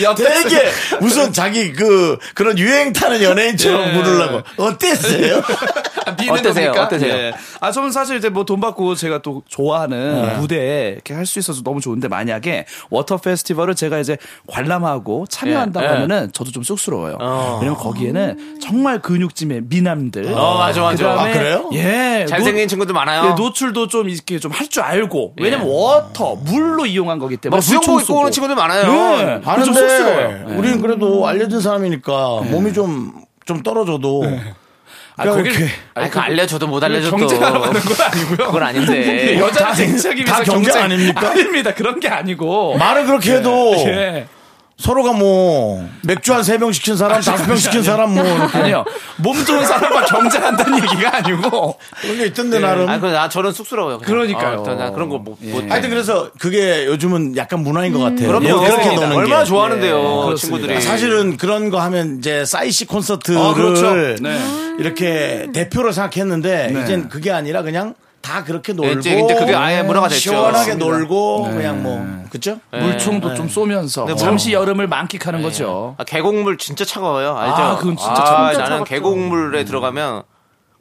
Speaker 3: 야, 어땠어요?
Speaker 1: 되게 무슨 자기 그 그런 유행 타는 연예인처럼
Speaker 3: 예.
Speaker 1: 부르려고 어땠어요?
Speaker 3: 아, 미는
Speaker 2: 어떠세요?
Speaker 3: 겁니까?
Speaker 2: 어떠세요?
Speaker 3: 예. 아 저는 사실 이제 뭐 돈 받고 제가 또 좋아하는
Speaker 2: 네.
Speaker 3: 무대에 이렇게 할 수 있어서 너무 좋은데 만약에 워터 페스티벌을 제가 이제 관람하고 참여한다고
Speaker 2: 예.
Speaker 3: 하면은 저도 좀 쑥스러워요. 왜냐면 거기에는 정말 근육짐의 미남들.
Speaker 2: 어, 맞아, 맞아.
Speaker 3: 그다음에
Speaker 1: 아, 그래요?
Speaker 3: 예.
Speaker 2: 잘생긴 어. 친구들 많아요.
Speaker 3: 노, 예, 노출도 좀 이렇게 좀 할 줄 알고. 왜냐면 워터 물로 이용한 거기 때문에
Speaker 2: 막뭐 수영복
Speaker 3: 물총
Speaker 2: 입고
Speaker 3: 쓰고.
Speaker 2: 오는 친구들 많아요.
Speaker 3: 예. 그래서 좀 쑥스러워요. 예.
Speaker 1: 우리는 그래도 알려진 사람이니까 몸이 좀, 좀 떨어져도.
Speaker 3: 아, 거길
Speaker 1: 이렇게
Speaker 2: 아니 그 알려줘도 못 알려줘도
Speaker 3: 경쟁하러 가는 건 아니고요.
Speaker 2: 그건
Speaker 3: 예.
Speaker 2: 아닌데.
Speaker 3: 여자 쟁착이
Speaker 1: 다 경쟁 아닙니까?
Speaker 3: 아닙니다. 그런 게 아니고.
Speaker 1: 말을 그렇게 해도
Speaker 3: 예.
Speaker 1: 서로가 뭐 맥주 한 세 병 시킨 사람, 다섯 병 시킨 사람 뭐 이렇게
Speaker 3: 아니요. 몸 좋은 사람과 경쟁한다는 얘기가 아니고.
Speaker 1: 그런 게 있던데 나름.
Speaker 2: 아, 그나 저는 쑥스러워요. 그냥.
Speaker 3: 그러니까요.
Speaker 2: 어, 일단 나 그런 거못 못.
Speaker 1: 하여튼 그래서 그게 요즘은 약간 문화인 것 같아요.
Speaker 2: 음, 그럼요.
Speaker 1: 예, 그렇게
Speaker 2: 그렇습니다.
Speaker 1: 노는
Speaker 2: 얼마나
Speaker 1: 게. 예.
Speaker 2: 좋아하는데요, 예.
Speaker 3: 그렇습니다.
Speaker 2: 친구들이.
Speaker 1: 사실은 그런 거 하면 이제 사이시 콘서트를
Speaker 2: 어,
Speaker 3: 아, 그렇죠. 네.
Speaker 1: 이렇게 대표로 생각했는데 이젠 그게 아니라 그냥 다 그렇게 놀고
Speaker 2: 네. 이제- 이제 그게 아예 문화가 됐죠.
Speaker 1: 시원하게
Speaker 2: 맞습니다.
Speaker 1: 놀고 그냥 뭐 그죠?
Speaker 3: 물총도 좀 쏘면서
Speaker 2: 네,
Speaker 3: 잠시 여름을 만끽하는 거죠.
Speaker 2: 아, 계곡물 진짜 차가워요. 알죠?
Speaker 3: 그렇죠. 아, 그건 진짜
Speaker 2: 아,
Speaker 3: 차가워요.
Speaker 2: 나는 계곡물에 들어가면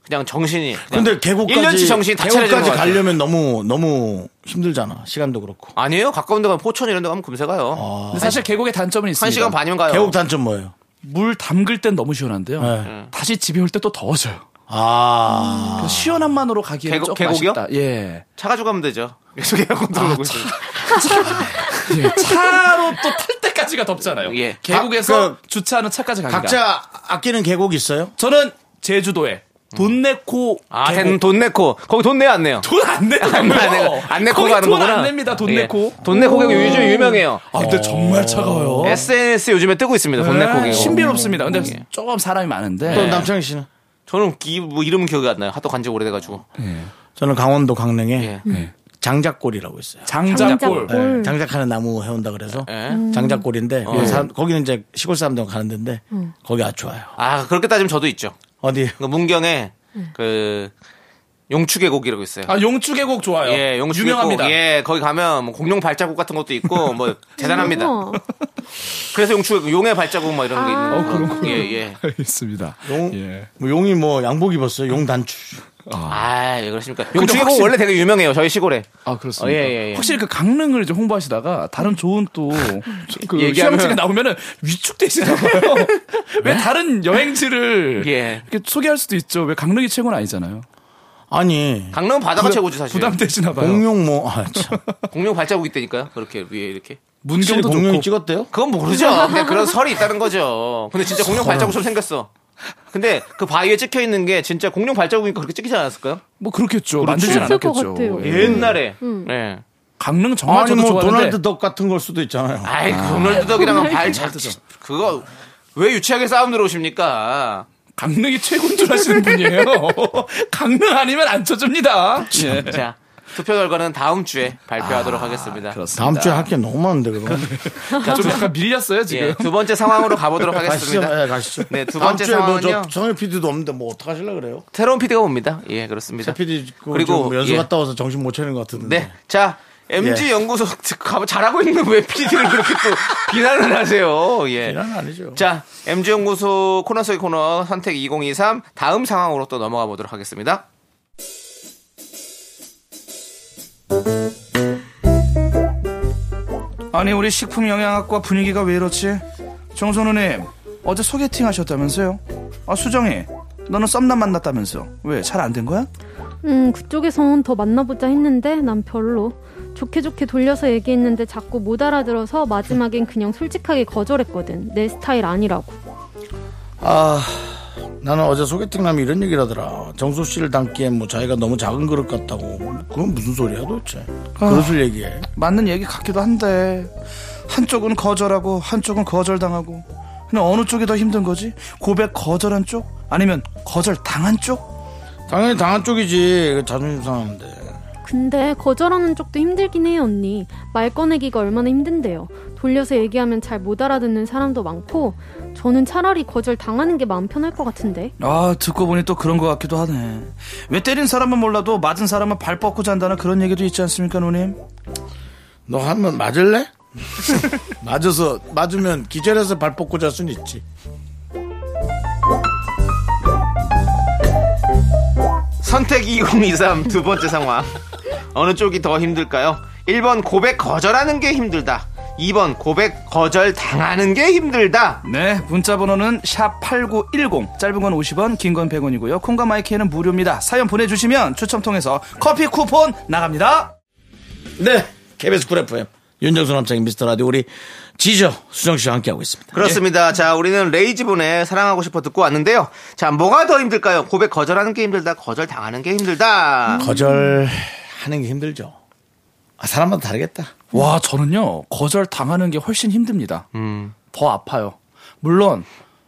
Speaker 2: 그냥 정신이. 그냥
Speaker 1: 근데 계곡까지
Speaker 2: 1년치 정신이 다 차려지는
Speaker 1: 계곡까지
Speaker 2: 것 같아요.
Speaker 1: 가려면 너무 너무 힘들잖아. 시간도 그렇고.
Speaker 2: 아니에요. 가까운 데 가면 포천 이런 데 가면 금세 가요.
Speaker 3: 근데 사실 계곡의 단점은
Speaker 2: 어.
Speaker 3: 있습니다.
Speaker 2: 한 시간 반이면 가요.
Speaker 1: 계곡 단점 뭐예요?
Speaker 3: 물 담글 땐 너무 시원한데요.
Speaker 2: 네.
Speaker 3: 다시 집에 올 때 또 더워져요.
Speaker 1: 아,
Speaker 3: 그래서 시원한 만으로 가기에는
Speaker 2: 계곡-
Speaker 3: 조금
Speaker 2: 계곡이요?
Speaker 3: 아쉽다. 예.
Speaker 2: 차 가지고 가면 되죠. 계속 에어컨 들어오고 있어요.
Speaker 3: 예. 차로 또 탈 때까지가 덥잖아요.
Speaker 2: 예.
Speaker 3: 계곡에서
Speaker 1: 각-
Speaker 3: 주차하는 차까지 가기가.
Speaker 1: 각자 아끼는 계곡 있어요?
Speaker 3: 저는 제주도에 돈 내고
Speaker 2: 아, 걔는 돈 내고. 거기 돈 내야 안 내요.
Speaker 3: 돈안
Speaker 2: 안,
Speaker 3: 내고요.
Speaker 2: 내고. 안 내고
Speaker 3: 거기
Speaker 2: 가는
Speaker 3: 돈
Speaker 2: 거구나.
Speaker 3: 안 냅니다. 네. 돈
Speaker 2: 예.
Speaker 3: 내고.
Speaker 2: 돈 내고 계곡 요즘 유명해요. 어.
Speaker 3: 아 근데 정말 차가워요.
Speaker 2: SNS 요즘에 뜨고 있습니다. 돈 내고 음. 계곡.
Speaker 3: 네. 신비롭습니다. 근데
Speaker 2: 예.
Speaker 3: 조금 사람이 많은데.
Speaker 2: 네.
Speaker 1: 또 남창희 씨는?
Speaker 2: 저는 기, 뭐 이름은 기억이 안 나요. 하도 간지 오래돼가지고.
Speaker 1: 저는 강원도 강릉에
Speaker 2: 예.
Speaker 1: 장작골이라고 있어요. 예.
Speaker 3: 장작골.
Speaker 2: 네.
Speaker 7: 장작골.
Speaker 1: 장작하는 나무 해온다 그래서
Speaker 2: 예.
Speaker 1: 장작골인데 그 사람- 거기는 이제 시골 사람들 가는데 거기 아주 좋아요.
Speaker 2: 아, 그렇게 따지면 저도 있죠.
Speaker 1: 어디?
Speaker 2: 그 문경에 그 용추계곡이라고 있어요.
Speaker 3: 음. 아 용주계곡 좋아요.
Speaker 2: 예, 용추계곡.
Speaker 3: 유명합니다.
Speaker 2: 예, 거기 가면 뭐 공룡 발자국 같은 것도 있고 뭐 대단합니다.
Speaker 7: 어머.
Speaker 2: 그래서 용추 용의 발자국 막 이런 게 있는 거.
Speaker 3: 아. 어, 그런
Speaker 2: 예, 예.
Speaker 3: 있습니다.
Speaker 1: 용,
Speaker 3: 예.
Speaker 1: 뭐 용이 뭐 양복 입었어요. 용 단추.
Speaker 2: 아, 예, 그렇습니까? 용추계곡
Speaker 3: 확실히-
Speaker 2: 원래 되게 유명해요. 저희 시골에.
Speaker 3: 아 그렇습니다.
Speaker 2: 어, 예, 예, 예.
Speaker 3: 확실히 그 강릉을 이제 홍보하시다가 다른 좋은 또그
Speaker 2: 얘기하면-
Speaker 3: 휴양지가 나오면은 위축되시나봐요. 왜 다른 여행지를
Speaker 2: 예.
Speaker 3: 이렇게 소개할 수도 있죠. 왜 강릉이 최고는 아니잖아요.
Speaker 1: 아니
Speaker 2: 강릉은 바다가 최고지 사실.
Speaker 3: 부담되시나봐요.
Speaker 1: 공룡 뭐 아, 참.
Speaker 2: 공룡 발자국 있다니까요. 그렇게 위에 이렇게.
Speaker 1: 확실히
Speaker 3: 문경도
Speaker 1: 공룡이
Speaker 3: 좋고
Speaker 1: 찍었대요?
Speaker 2: 그건 모르죠. 근데 그런 설이 있다는 거죠. 근데 진짜 공룡 발자국처럼 생겼어. 근데 그 바위에 찍혀 있는 게 진짜 공룡 발자국이니까 그렇게 찍히지 않았을까요?
Speaker 3: 뭐 그렇겠죠. 만들진
Speaker 7: 그랬을 것
Speaker 3: 않았겠죠.
Speaker 2: 음.
Speaker 7: 같아요.
Speaker 3: 예.
Speaker 2: 옛날에. 예.
Speaker 3: 강릉 정말
Speaker 1: 아니
Speaker 3: 저도
Speaker 1: 뭐
Speaker 3: 좋아하는데
Speaker 1: 도널드 덕 같은 걸 수도 있잖아요.
Speaker 2: 아이, 도널드 덕이랑은 발 작, 그거, 왜 유치하게 싸움 들어오십니까?
Speaker 3: 강릉이 최고인 줄 아시는 분이에요. 강릉 아니면 안 쳐줍니다. 예.
Speaker 2: 자, 아. 투표 결과는 다음 주에 발표하도록 하겠습니다.
Speaker 1: 다음 주에 할 게 너무 많은데 그거.
Speaker 3: 자, 좀 약간 밀렸어요 지금.
Speaker 2: 예, 두 번째 상황으로 가보도록
Speaker 1: 가시죠.
Speaker 2: 하겠습니다.
Speaker 1: 예, 가시죠.
Speaker 2: 네, 두
Speaker 1: 다음
Speaker 2: 번째
Speaker 1: 주에 뭐저
Speaker 2: 상황은요.
Speaker 1: 정현 PD도 없는데 뭐 어떡 하실라 그래요?
Speaker 2: 새로운 PD가 옵니다. 예, 그렇습니다.
Speaker 1: 정 PD 그리고
Speaker 2: 그리고,
Speaker 1: 뭐 연수
Speaker 2: 예.
Speaker 1: 갔다 와서 정신 못 차리는 것 같은데.
Speaker 2: 네. 자, MG
Speaker 1: 예.
Speaker 2: 연구소 가면 잘하고 있는 왜 PD를 그렇게 또 비난을 하세요. 예.
Speaker 1: 이란 아니죠.
Speaker 2: 자, MG 연구소 코너 속의 코너 선택 2023 다음 상황으로 또 넘어가 보도록 하겠습니다.
Speaker 3: 아니 우리 식품 영양학과 분위기가 왜 이렇지? 정선우님 어제 소개팅 하셨다면서요? 아 수정이 너는 썸남 만났다면서 왜 잘 안 된 거야?
Speaker 7: 음, 그쪽에선 더 만나보자 했는데 난 별로. 좋게 좋게 돌려서 얘기했는데 자꾸 못 알아들어서 마지막엔 그냥 솔직하게 거절했거든. 내 스타일 아니라고.
Speaker 1: 아, 나는 어제 소개팅 남이 이런 얘기를 하더라. 정수 씨를 닮기엔 뭐 자기가 너무 작은 그릇 같다고. 그건 무슨 소리야 도대체. 그릇을 얘기해.
Speaker 3: 맞는 얘기 같기도 한데 한쪽은 거절하고 한쪽은 거절당하고 근데 어느 쪽이 더 힘든 거지? 고백 거절한 쪽? 아니면 거절 당한 쪽?
Speaker 1: 당연히 당한 쪽이지. 그 자존심 상하는데.
Speaker 7: 근데 거절하는 쪽도 힘들긴 해요, 언니. 말 꺼내기가 얼마나 힘든데요. 돌려서 얘기하면 잘 못 알아듣는 사람도 많고, 저는 차라리 거절 당하는 게 마음 편할 것 같은데.
Speaker 3: 아 듣고 보니 또 그런 것 같기도 하네 왜 때린 사람은 몰라도 맞은 사람은 발 뻗고 잔다는 그런 얘기도 있지 않습니까 누님?
Speaker 1: 너 한번 맞을래? 맞아서 맞으면 기절해서 발 뻗고 잘 수는 있지.
Speaker 2: 선택 2023 두 번째 상황. 어느 쪽이 더 힘들까요? 1번 고백 거절하는 게 힘들다. 2번 고백 거절 당하는 게 힘들다.
Speaker 3: 네, 문자 번호는 샵 8910. 짧은 건 50원, 긴 건 100원이고요. 콩과 마이크에는 무료입니다. 사연 보내 주시면 추첨 통해서 커피 쿠폰 나갑니다.
Speaker 1: 네. KBS 쿨 FM. 윤정수 남창인 미스터 라디오 우리 지저 수정 씨와 함께하고 있습니다. 예.
Speaker 2: 그렇습니다. 자, 우리는 레이지분의 사랑하고 싶어 듣고 왔는데요. 자, 뭐가 더 힘들까요? 고백 거절하는 게 힘들다. 거절 당하는 게 힘들다.
Speaker 1: 거절하는 게 힘들죠. 아, 사람마다 다르겠다.
Speaker 3: 와, 저는요, 거절 당하는 게 훨씬 힘듭니다.
Speaker 2: 음.
Speaker 3: 더 아파요. 물론,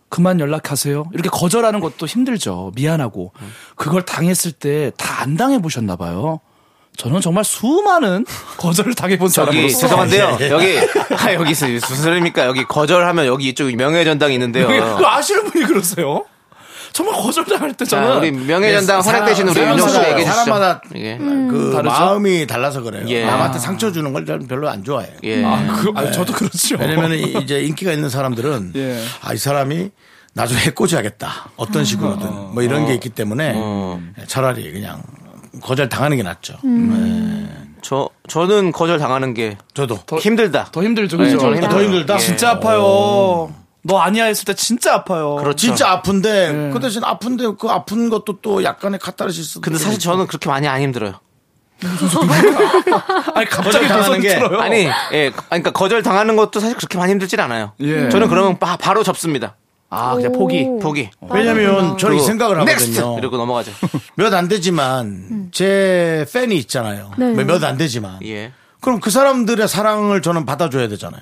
Speaker 3: 그만 연락하세요. 이렇게 거절하는 것도 힘들죠. 미안하고. 그걸 당했을 때 다 안 당해보셨나봐요. 저는 정말 수많은 거절을 당해본
Speaker 2: 여기
Speaker 3: 사람으로서.
Speaker 2: 죄송한데요.
Speaker 1: 예,
Speaker 2: 여기 아, 여기 있어요. 무슨 소리입니까? 여기 거절하면 여기 이쪽 명예전당이 있는데요.
Speaker 3: 그 아시는 분이 그러세요? 정말 거절당할 때
Speaker 2: 자,
Speaker 3: 저는
Speaker 2: 우리 명예전당
Speaker 1: 예,
Speaker 2: 허락되신 우리
Speaker 1: 사람-
Speaker 2: 윤정 씨
Speaker 1: 사람마다-
Speaker 2: 얘기해 주시죠.
Speaker 1: 사람마다
Speaker 2: 예.
Speaker 1: 그
Speaker 3: 다르죠?
Speaker 1: 마음이 달라서 그래요.
Speaker 2: 예.
Speaker 1: 남한테 상처 주는 걸 저는 별로 안 좋아해요.
Speaker 2: 예.
Speaker 3: 아, 그, 아 저도 그렇죠.
Speaker 1: 왜냐면 이제 인기가 있는 사람들은
Speaker 3: 예.
Speaker 1: 아 이 사람이 나중에 꼬셔야겠다 어떤 식으로든 뭐 이런 게 있기
Speaker 2: 어.
Speaker 1: 때문에 예, 차라리 그냥 거절 당하는 게 낫죠.
Speaker 2: 저 저는 거절 당하는 게
Speaker 1: 저도
Speaker 2: 힘들다.
Speaker 3: 더 힘들죠,
Speaker 2: 네,
Speaker 3: 그죠? 어.
Speaker 2: 저는 힘들어요.
Speaker 1: 아, 더 힘들다?
Speaker 2: 예.
Speaker 3: 진짜 아파요. 너 아니야 했을 때 진짜 아파요.
Speaker 2: 그렇죠.
Speaker 1: 진짜 아픈데 그 대신 아픈데 그 아픈 것도 또 약간의 카타르시스.
Speaker 2: 근데 사실 저는 그렇게 많이 안 힘들어요.
Speaker 3: 아니 갑자기
Speaker 1: 거절당하는
Speaker 3: 무슨
Speaker 1: 게-
Speaker 3: 들어요?
Speaker 2: 아니, 예, 아니, 그러니까 거절 당하는 것도 사실 그렇게 많이 힘들진 않아요.
Speaker 3: 예.
Speaker 2: 저는 그러면 바, 바로 접습니다.
Speaker 3: 아 그냥 포기.
Speaker 2: 포기.
Speaker 1: 왜냐면 저는 이
Speaker 2: 그리고
Speaker 1: 생각을
Speaker 2: 넥스트!
Speaker 1: 하거든요.
Speaker 2: 아, 이러고 넘어가죠.
Speaker 1: 몇 안 되지만 제 팬이 있잖아요.
Speaker 7: 네.
Speaker 1: 몇 안 되지만
Speaker 2: 예.
Speaker 1: 그럼 그 사람들의 사랑을 저는 받아줘야 되잖아요.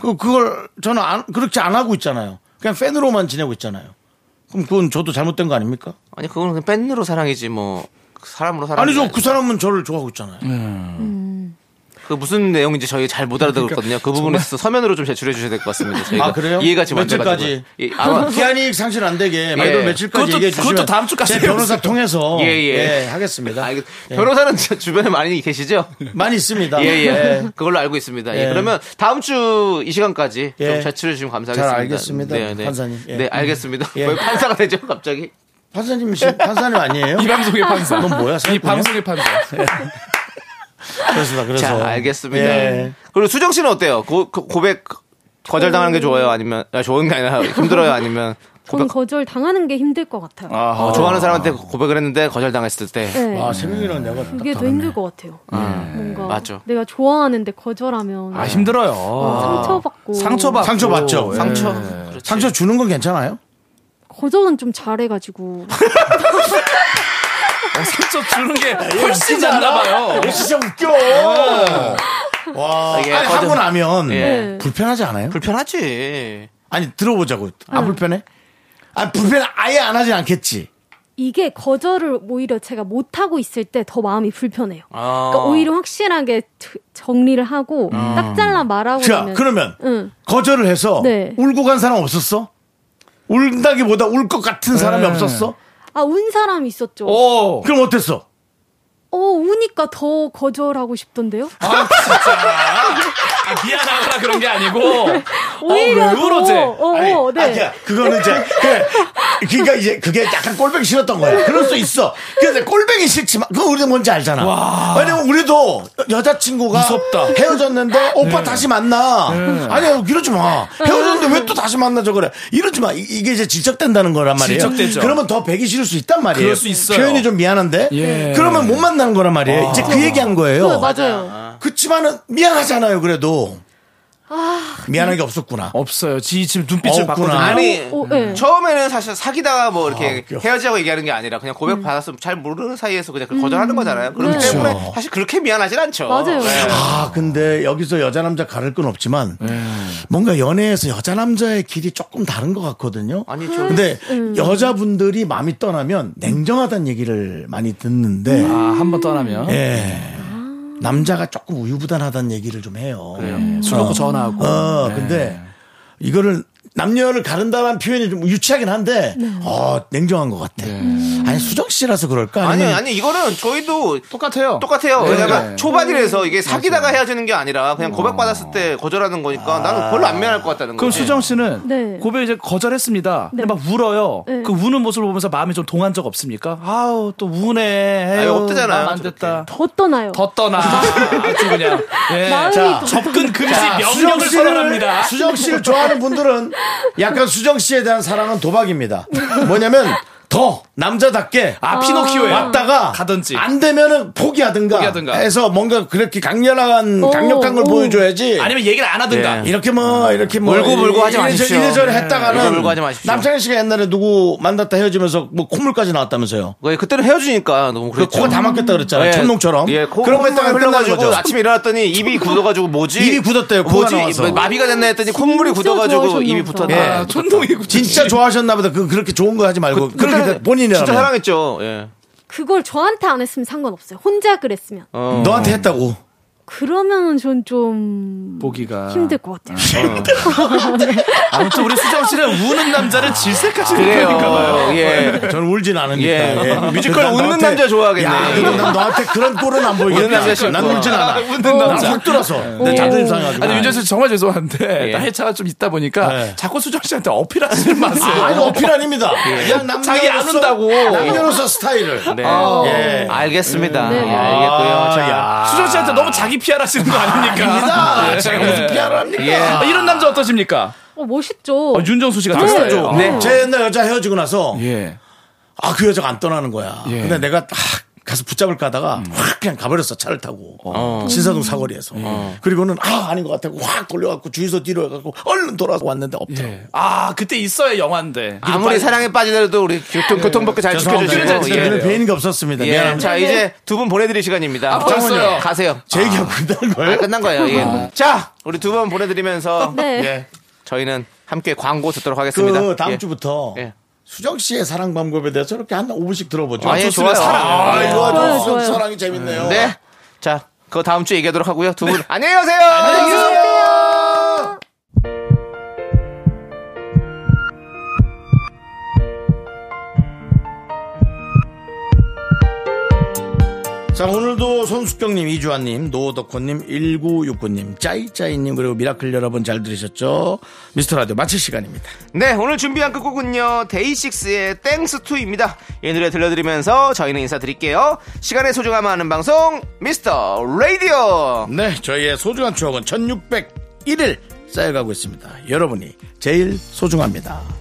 Speaker 1: 그 그걸 저는 안- 그렇게 안 하고 있잖아요. 그냥 팬으로만 지내고 있잖아요. 그럼 그건 저도 잘못된 거 아닙니까?
Speaker 2: 아니, 그거는 그냥 팬으로 사랑이지, 뭐. 그 사람으로 사랑.
Speaker 1: 아니죠. 그 사람은 저를 좋아하고 있잖아요.
Speaker 2: 그 무슨 내용인지 저희 잘 못 알아들었거든요. 그 부분에 있어서 서면으로 좀 제출해 주셔야 될 것 같습니다. 저희가
Speaker 1: 그러니까 아 그래요?
Speaker 2: 이해가 지금 안
Speaker 1: 며칠까지? 그
Speaker 2: 돼가지고. 예, 아마
Speaker 1: 기한이익 상실 안 되게
Speaker 2: 예.
Speaker 1: 매달 며칠까지
Speaker 3: 그것도-
Speaker 1: 얘기해 주시면
Speaker 3: 그것도 다음 주까지
Speaker 1: 제 변호사 통해서
Speaker 2: 예,
Speaker 1: 예,
Speaker 2: 예.
Speaker 1: 하겠습니다.
Speaker 2: 알겠- 변호사는 저 주변에 많이 계시죠?
Speaker 1: 많이 있습니다.
Speaker 2: 예, 예.
Speaker 1: 예.
Speaker 2: 그걸로 알고 있습니다. 예,
Speaker 1: 예.
Speaker 2: 그러면 다음 주 이 시간까지 좀
Speaker 1: 예.
Speaker 2: 제출해 주시면 감사하겠습니다.
Speaker 1: 잘 알겠습니다, 판사님. 예.
Speaker 2: 네, 알겠습니다.
Speaker 1: 예.
Speaker 2: 왜 판사가 되죠, 갑자기?
Speaker 1: 판사님 씨 판사님 아니에요?
Speaker 3: 이 방송의 판사.
Speaker 1: 넌 뭐야?
Speaker 3: 이
Speaker 1: 사기꾼이야?
Speaker 3: 방송의 판사.
Speaker 1: 그렇습니다. 그래서
Speaker 2: 자, 알겠습니다.
Speaker 1: 그렇죠. 예.
Speaker 2: 그리고 수정 씨는 어때요? 고, 고- 고백 거절당하는 게 좋아요? 아니면 아, 좋은 게 아니라 힘들어요? 아니면
Speaker 7: 전 거절 당하는 게 힘들 것 같아요.
Speaker 3: 아하.
Speaker 2: 어, 좋아하는 사람한테 고백을 했는데 거절당했을 때
Speaker 7: 네.
Speaker 1: 아 세명이랑 내가 딱
Speaker 7: 그게 더 힘들 것 같아요. 뭔가
Speaker 2: 맞죠.
Speaker 7: 내가 좋아하는데 거절하면
Speaker 3: 아 힘들어요.
Speaker 7: 상처받고
Speaker 3: 상처받
Speaker 1: 상처 받죠?
Speaker 2: 상처.
Speaker 1: 상처 주는 건 괜찮아요?
Speaker 7: 거절은 좀 잘해가지고
Speaker 3: 상처 주는 게 훨씬
Speaker 2: 아,
Speaker 3: 낫나봐요.
Speaker 1: 진짜 웃겨. 예. 와,
Speaker 2: 이게
Speaker 1: 아니, 하고
Speaker 2: 거절-
Speaker 1: 나면
Speaker 2: 예.
Speaker 1: 불편하지 않아요?
Speaker 2: 불편하지.
Speaker 1: 아니 들어보자고. 안 불편해? 아 불편 아예 안 하진 않겠지.
Speaker 7: 이게 거절을 오히려 제가 못 하고 있을 때 더 마음이 불편해요.
Speaker 2: 아.
Speaker 7: 그러니까 오히려 확실하게 트- 정리를 하고 딱 잘라 말하고
Speaker 1: 자
Speaker 2: 네.
Speaker 7: 나면
Speaker 1: 그러면
Speaker 7: 응.
Speaker 1: 거절을 해서
Speaker 7: 네.
Speaker 1: 울고 간 사람 없었어? 울다기보다 울 것 같은
Speaker 2: 네.
Speaker 1: 사람이 없었어?
Speaker 7: 아운 사람 있었죠. 어,
Speaker 3: 오.
Speaker 1: 그럼 어땠어?
Speaker 7: 우니까 더 거절하고 싶던데요.
Speaker 3: 아 진짜. 아, 미안하거나 그런 게 아니고. 어,
Speaker 7: 오히려
Speaker 3: 왜 울어지?
Speaker 7: 더, 어, 어, 네.
Speaker 1: 아니야, 그거는 이제, 그, 그니까 이제 그게 약간 꼴뱅이 싫었던 거야. 그럴 수 있어. 근데 꼴뱅이 싫지만, 그거 우리도 뭔지 알잖아. 왜냐면 우리도 여자친구가
Speaker 3: 무섭다. 네.
Speaker 1: 헤어졌는데, 오빠 다시 만나. 아니야, 이러지 마.
Speaker 7: 네.
Speaker 1: 헤어졌는데 왜 또 다시 만나죠, 그래. 이러지 마. 이- 이게 이제 질척된다는 거란 말이에요.
Speaker 3: 질척되죠.
Speaker 1: 그러면 더 배기 싫을 수 있단 말이에요.
Speaker 3: 그럴 수 있어요.
Speaker 1: 표현이 좀 미안한데.
Speaker 3: 예.
Speaker 1: 그러면 못 만나는 거란 말이에요. 이제 그 얘기한 거예요.
Speaker 7: 네, 맞아요.
Speaker 1: 그치만은 미안하잖아요, 그래도. 미안한 게 없었구나.
Speaker 3: 없어요. 지 지금 눈빛을
Speaker 1: 없구나.
Speaker 3: 바꾸는.
Speaker 2: 아니
Speaker 7: 어, 네.
Speaker 2: 처음에는 사실 사귀다가 뭐 이렇게
Speaker 1: 아, 웃겨.
Speaker 2: 헤어지자고 얘기하는 게 아니라 그냥 고백 받았으면 잘 모르는 사이에서 그냥 그걸 거절하는 거잖아요. 그렇기
Speaker 7: 네.
Speaker 2: 때문에
Speaker 1: 그렇죠.
Speaker 2: 사실 그렇게 미안하진 않죠.
Speaker 7: 맞아요.
Speaker 3: 네.
Speaker 1: 아, 근데 여기서 여자 남자 가를 건 없지만
Speaker 3: 네.
Speaker 1: 뭔가 연애에서 여자 남자의 길이 조금 다른 것 같거든요.
Speaker 2: 아니 좀
Speaker 1: 근데 여자분들이 마음이 떠나면 냉정하다는 얘기를 많이 듣는데
Speaker 3: 아한 번 떠나면.
Speaker 1: 예. 남자가 조금 우유부단하다는 얘기를 좀 해요.
Speaker 3: 술 먹고 전화하고. 네.
Speaker 1: 어, 근데 이거를 남녀를 가른다는 표현이 좀 유치하긴 한데 어, 냉정한 것 같아.
Speaker 3: 네.
Speaker 1: 아니 수정 씨라서 그럴까?
Speaker 2: 아니
Speaker 1: 아니면
Speaker 2: 아니 이거는 저희도
Speaker 3: 똑같아요.
Speaker 2: 똑같아요. 왜냐면
Speaker 3: 네.
Speaker 2: 초반이라서 이게 사귀다가 헤어지는 게 아니라 그냥 고백 받았을 때 거절하는 거니까 나는 별로 안 미안할 것 같다는 거예요.
Speaker 3: 그럼 수정 씨는
Speaker 7: 네.
Speaker 3: 고백 이제 거절했습니다.
Speaker 7: 네.
Speaker 3: 근데 막 울어요.
Speaker 7: 네.
Speaker 3: 그 우는 모습을 보면서 마음이 좀 동한 적 없습니까? 아우 또 우네.
Speaker 2: 아니, 없대잖아요,
Speaker 3: 마음 안 됐다.
Speaker 7: 더 떠나요.
Speaker 3: 더 떠나. 아주 그냥. 예.
Speaker 7: 마음이
Speaker 1: 자,
Speaker 7: 더
Speaker 3: 접근 금지
Speaker 1: 수정
Speaker 3: 명령을
Speaker 1: 씨를-
Speaker 3: 선언합니다.
Speaker 1: 수정 씨를 좋아하는 분들은 약간 수정 씨에 대한 사랑은 도박입니다. 뭐냐면 더 남자답게
Speaker 9: 아, 피노키오예요.
Speaker 1: 왔다가
Speaker 2: 가든지.
Speaker 1: 안 되면은 포기하든가,
Speaker 2: 포기하든가.
Speaker 1: 해서 뭔가 그렇게 강렬한
Speaker 7: 오,
Speaker 1: 강력한 걸
Speaker 7: 오.
Speaker 1: 보여줘야지.
Speaker 2: 아니면 얘기를 안 하든가.
Speaker 1: 이렇게 뭐 이렇게 뭐
Speaker 6: 예. 울고 불고 하지
Speaker 1: 이래저-
Speaker 6: 마십시오.
Speaker 1: 이래저래
Speaker 6: 네.
Speaker 1: 했다가는
Speaker 6: 울고 불고 하지 마십시오.
Speaker 1: 남창희 씨가 옛날에 누구 만났다 헤어지면서 뭐 콧물까지 나왔다면서요.
Speaker 6: 그 그때는 헤어지니까 너무
Speaker 1: 그
Speaker 6: 그랬죠.
Speaker 1: 코가 다 막혔다 그랬잖아요.
Speaker 6: 그렇죠. 예.
Speaker 1: 천둥처럼.
Speaker 6: 예, 코,
Speaker 1: 그런
Speaker 6: 그런
Speaker 1: 거
Speaker 6: 콧물
Speaker 1: 했다가 끝나는
Speaker 6: 흘러가지고
Speaker 1: 거죠.
Speaker 6: 아침에 일어났더니 입이 굳어가지고 뭐지?
Speaker 1: 입이 굳었대요, 코가
Speaker 6: 뭐지?
Speaker 1: 나와서.
Speaker 6: 뭐 마비가 됐나 했더니 콧물이
Speaker 7: 진짜
Speaker 6: 굳어가지고
Speaker 7: 좋아하셨나
Speaker 6: 입이
Speaker 7: 보다.
Speaker 6: 붙었다.
Speaker 1: 예.
Speaker 2: 천둥이
Speaker 1: 진짜 좋아하셨나 보다. 그 그렇게 좋은 거 하지 말고 그, 렇게
Speaker 6: 그때는
Speaker 1: 본인이
Speaker 6: 진짜 사랑했죠. 예.
Speaker 7: 그걸 저한테 안 했으면 상관없어요. 혼자 그랬으면.
Speaker 6: 어.
Speaker 1: 너한테 했다고.
Speaker 7: 그러면은 전좀
Speaker 2: 보기가
Speaker 7: 힘들 것 같아요.
Speaker 2: 아무튼 우리 수정 씨는 우는 남자를 질색하시는
Speaker 6: 그래요. 예.
Speaker 1: 저는 울진 않으니까.
Speaker 6: 예.
Speaker 1: 예.
Speaker 6: 뮤지컬
Speaker 1: 난
Speaker 6: 웃는
Speaker 1: 너한테-
Speaker 6: 남자 좋아하겠네.
Speaker 1: 야, 근데 난 너한테 그런 꼴은 안
Speaker 6: 웃는 남자 싫고.
Speaker 1: 보이겠네. 난 울진 않아.
Speaker 2: 웃는 남자.
Speaker 1: 난확 들어서. 내
Speaker 7: 오.
Speaker 1: 자존심 상해가지고.
Speaker 2: 아니 윤정수 씨 정말 죄송한데
Speaker 6: 예.
Speaker 2: 나이 차가 좀 있다 보니까
Speaker 1: 네.
Speaker 2: 자꾸 수정 씨한테 어필하시는 맛에
Speaker 1: 아, 이거 어필 아닙니다. 그냥 남녀로서-
Speaker 2: 자기 안 운다고.
Speaker 1: 남녀로서 스타일을.
Speaker 6: 네.
Speaker 1: 예.
Speaker 6: 알겠습니다.
Speaker 7: 네.
Speaker 6: 예,
Speaker 1: 아.
Speaker 6: 알겠고요. 자,
Speaker 2: 어, 수정 씨한테 너무 자기 피하라시는 거 아닙니까?
Speaker 1: 아, 제가 무슨 피아를 합니까?
Speaker 6: 예.
Speaker 2: 아, 이런 남자 어떠십니까?
Speaker 7: 어, 멋있죠.
Speaker 2: 어, 윤정수 씨가
Speaker 7: 네.
Speaker 2: 됐어요.
Speaker 7: 네.
Speaker 1: 제 옛날 여자 헤어지고 나서
Speaker 2: 예.
Speaker 1: 아 그 여자가 안 떠나는 거야.
Speaker 2: 예.
Speaker 1: 근데 내가 딱 가서 붙잡을까 하다가 확 그냥 가버렸어 차를 타고 신사동 사거리에서 그리고는 아 아닌 것 같다고 확 돌려갖고 주유소 뒤로 해갖고 얼른 돌아서 왔는데 없더라고.
Speaker 2: 예. 아 그때 있어야 영화인데.
Speaker 6: 아무리 사랑에 빠지더라도 우리 교통 교통법규 잘
Speaker 1: 죄송합니다.
Speaker 6: 지켜주시고
Speaker 1: 제가
Speaker 6: 예.
Speaker 1: 그날 배인가 없었습니다.
Speaker 6: 예.
Speaker 1: 미안합니다.
Speaker 6: 자 이제 두 분 보내드릴 시간입니다. 예,
Speaker 2: 아, 벌써요?
Speaker 6: 가세요.
Speaker 1: 제 얘기가 끝난
Speaker 6: 아,
Speaker 1: 거예요?
Speaker 6: 끝난 거예요. 예. 자 우리 두 분 보내드리면서
Speaker 7: 네.
Speaker 6: 예. 저희는 함께 광고 듣도록 하겠습니다.
Speaker 1: 그 다음
Speaker 6: 예.
Speaker 1: 주부터
Speaker 6: 예.
Speaker 1: 수정 씨의 사랑 방법에 대해서 이렇게 한 5분씩 들어보죠.
Speaker 6: 아, 예,
Speaker 1: 좋습니다.
Speaker 6: 좋아요.
Speaker 1: 사랑. 아,
Speaker 6: 예.
Speaker 1: 이거
Speaker 7: 좋아요,
Speaker 1: 아주
Speaker 7: 좋아요.
Speaker 1: 사랑이 재밌네요.
Speaker 6: 네. 자, 그거 다음 주에 얘기하도록 하고요. 두 분, 안녕히 가세요! 안녕히
Speaker 1: 안녕하세요. 자 오늘도 손숙경님, 이주환님, 노덕호님, 1969님, 짜이짜이님 그리고 미라클 여러분 잘 들으셨죠? 미스터 라디오 마칠 시간입니다.
Speaker 6: 네, 오늘 준비한 끝곡은요, 데이식스의 땡스2입니다. 이 노래 들려드리면서 저희는 인사드릴게요. 시간의 소중함 아는 방송, 미스터 라디오!
Speaker 1: 네, 저희의 소중한 추억은 1601일 쌓여가고 있습니다. 여러분이 제일 소중합니다.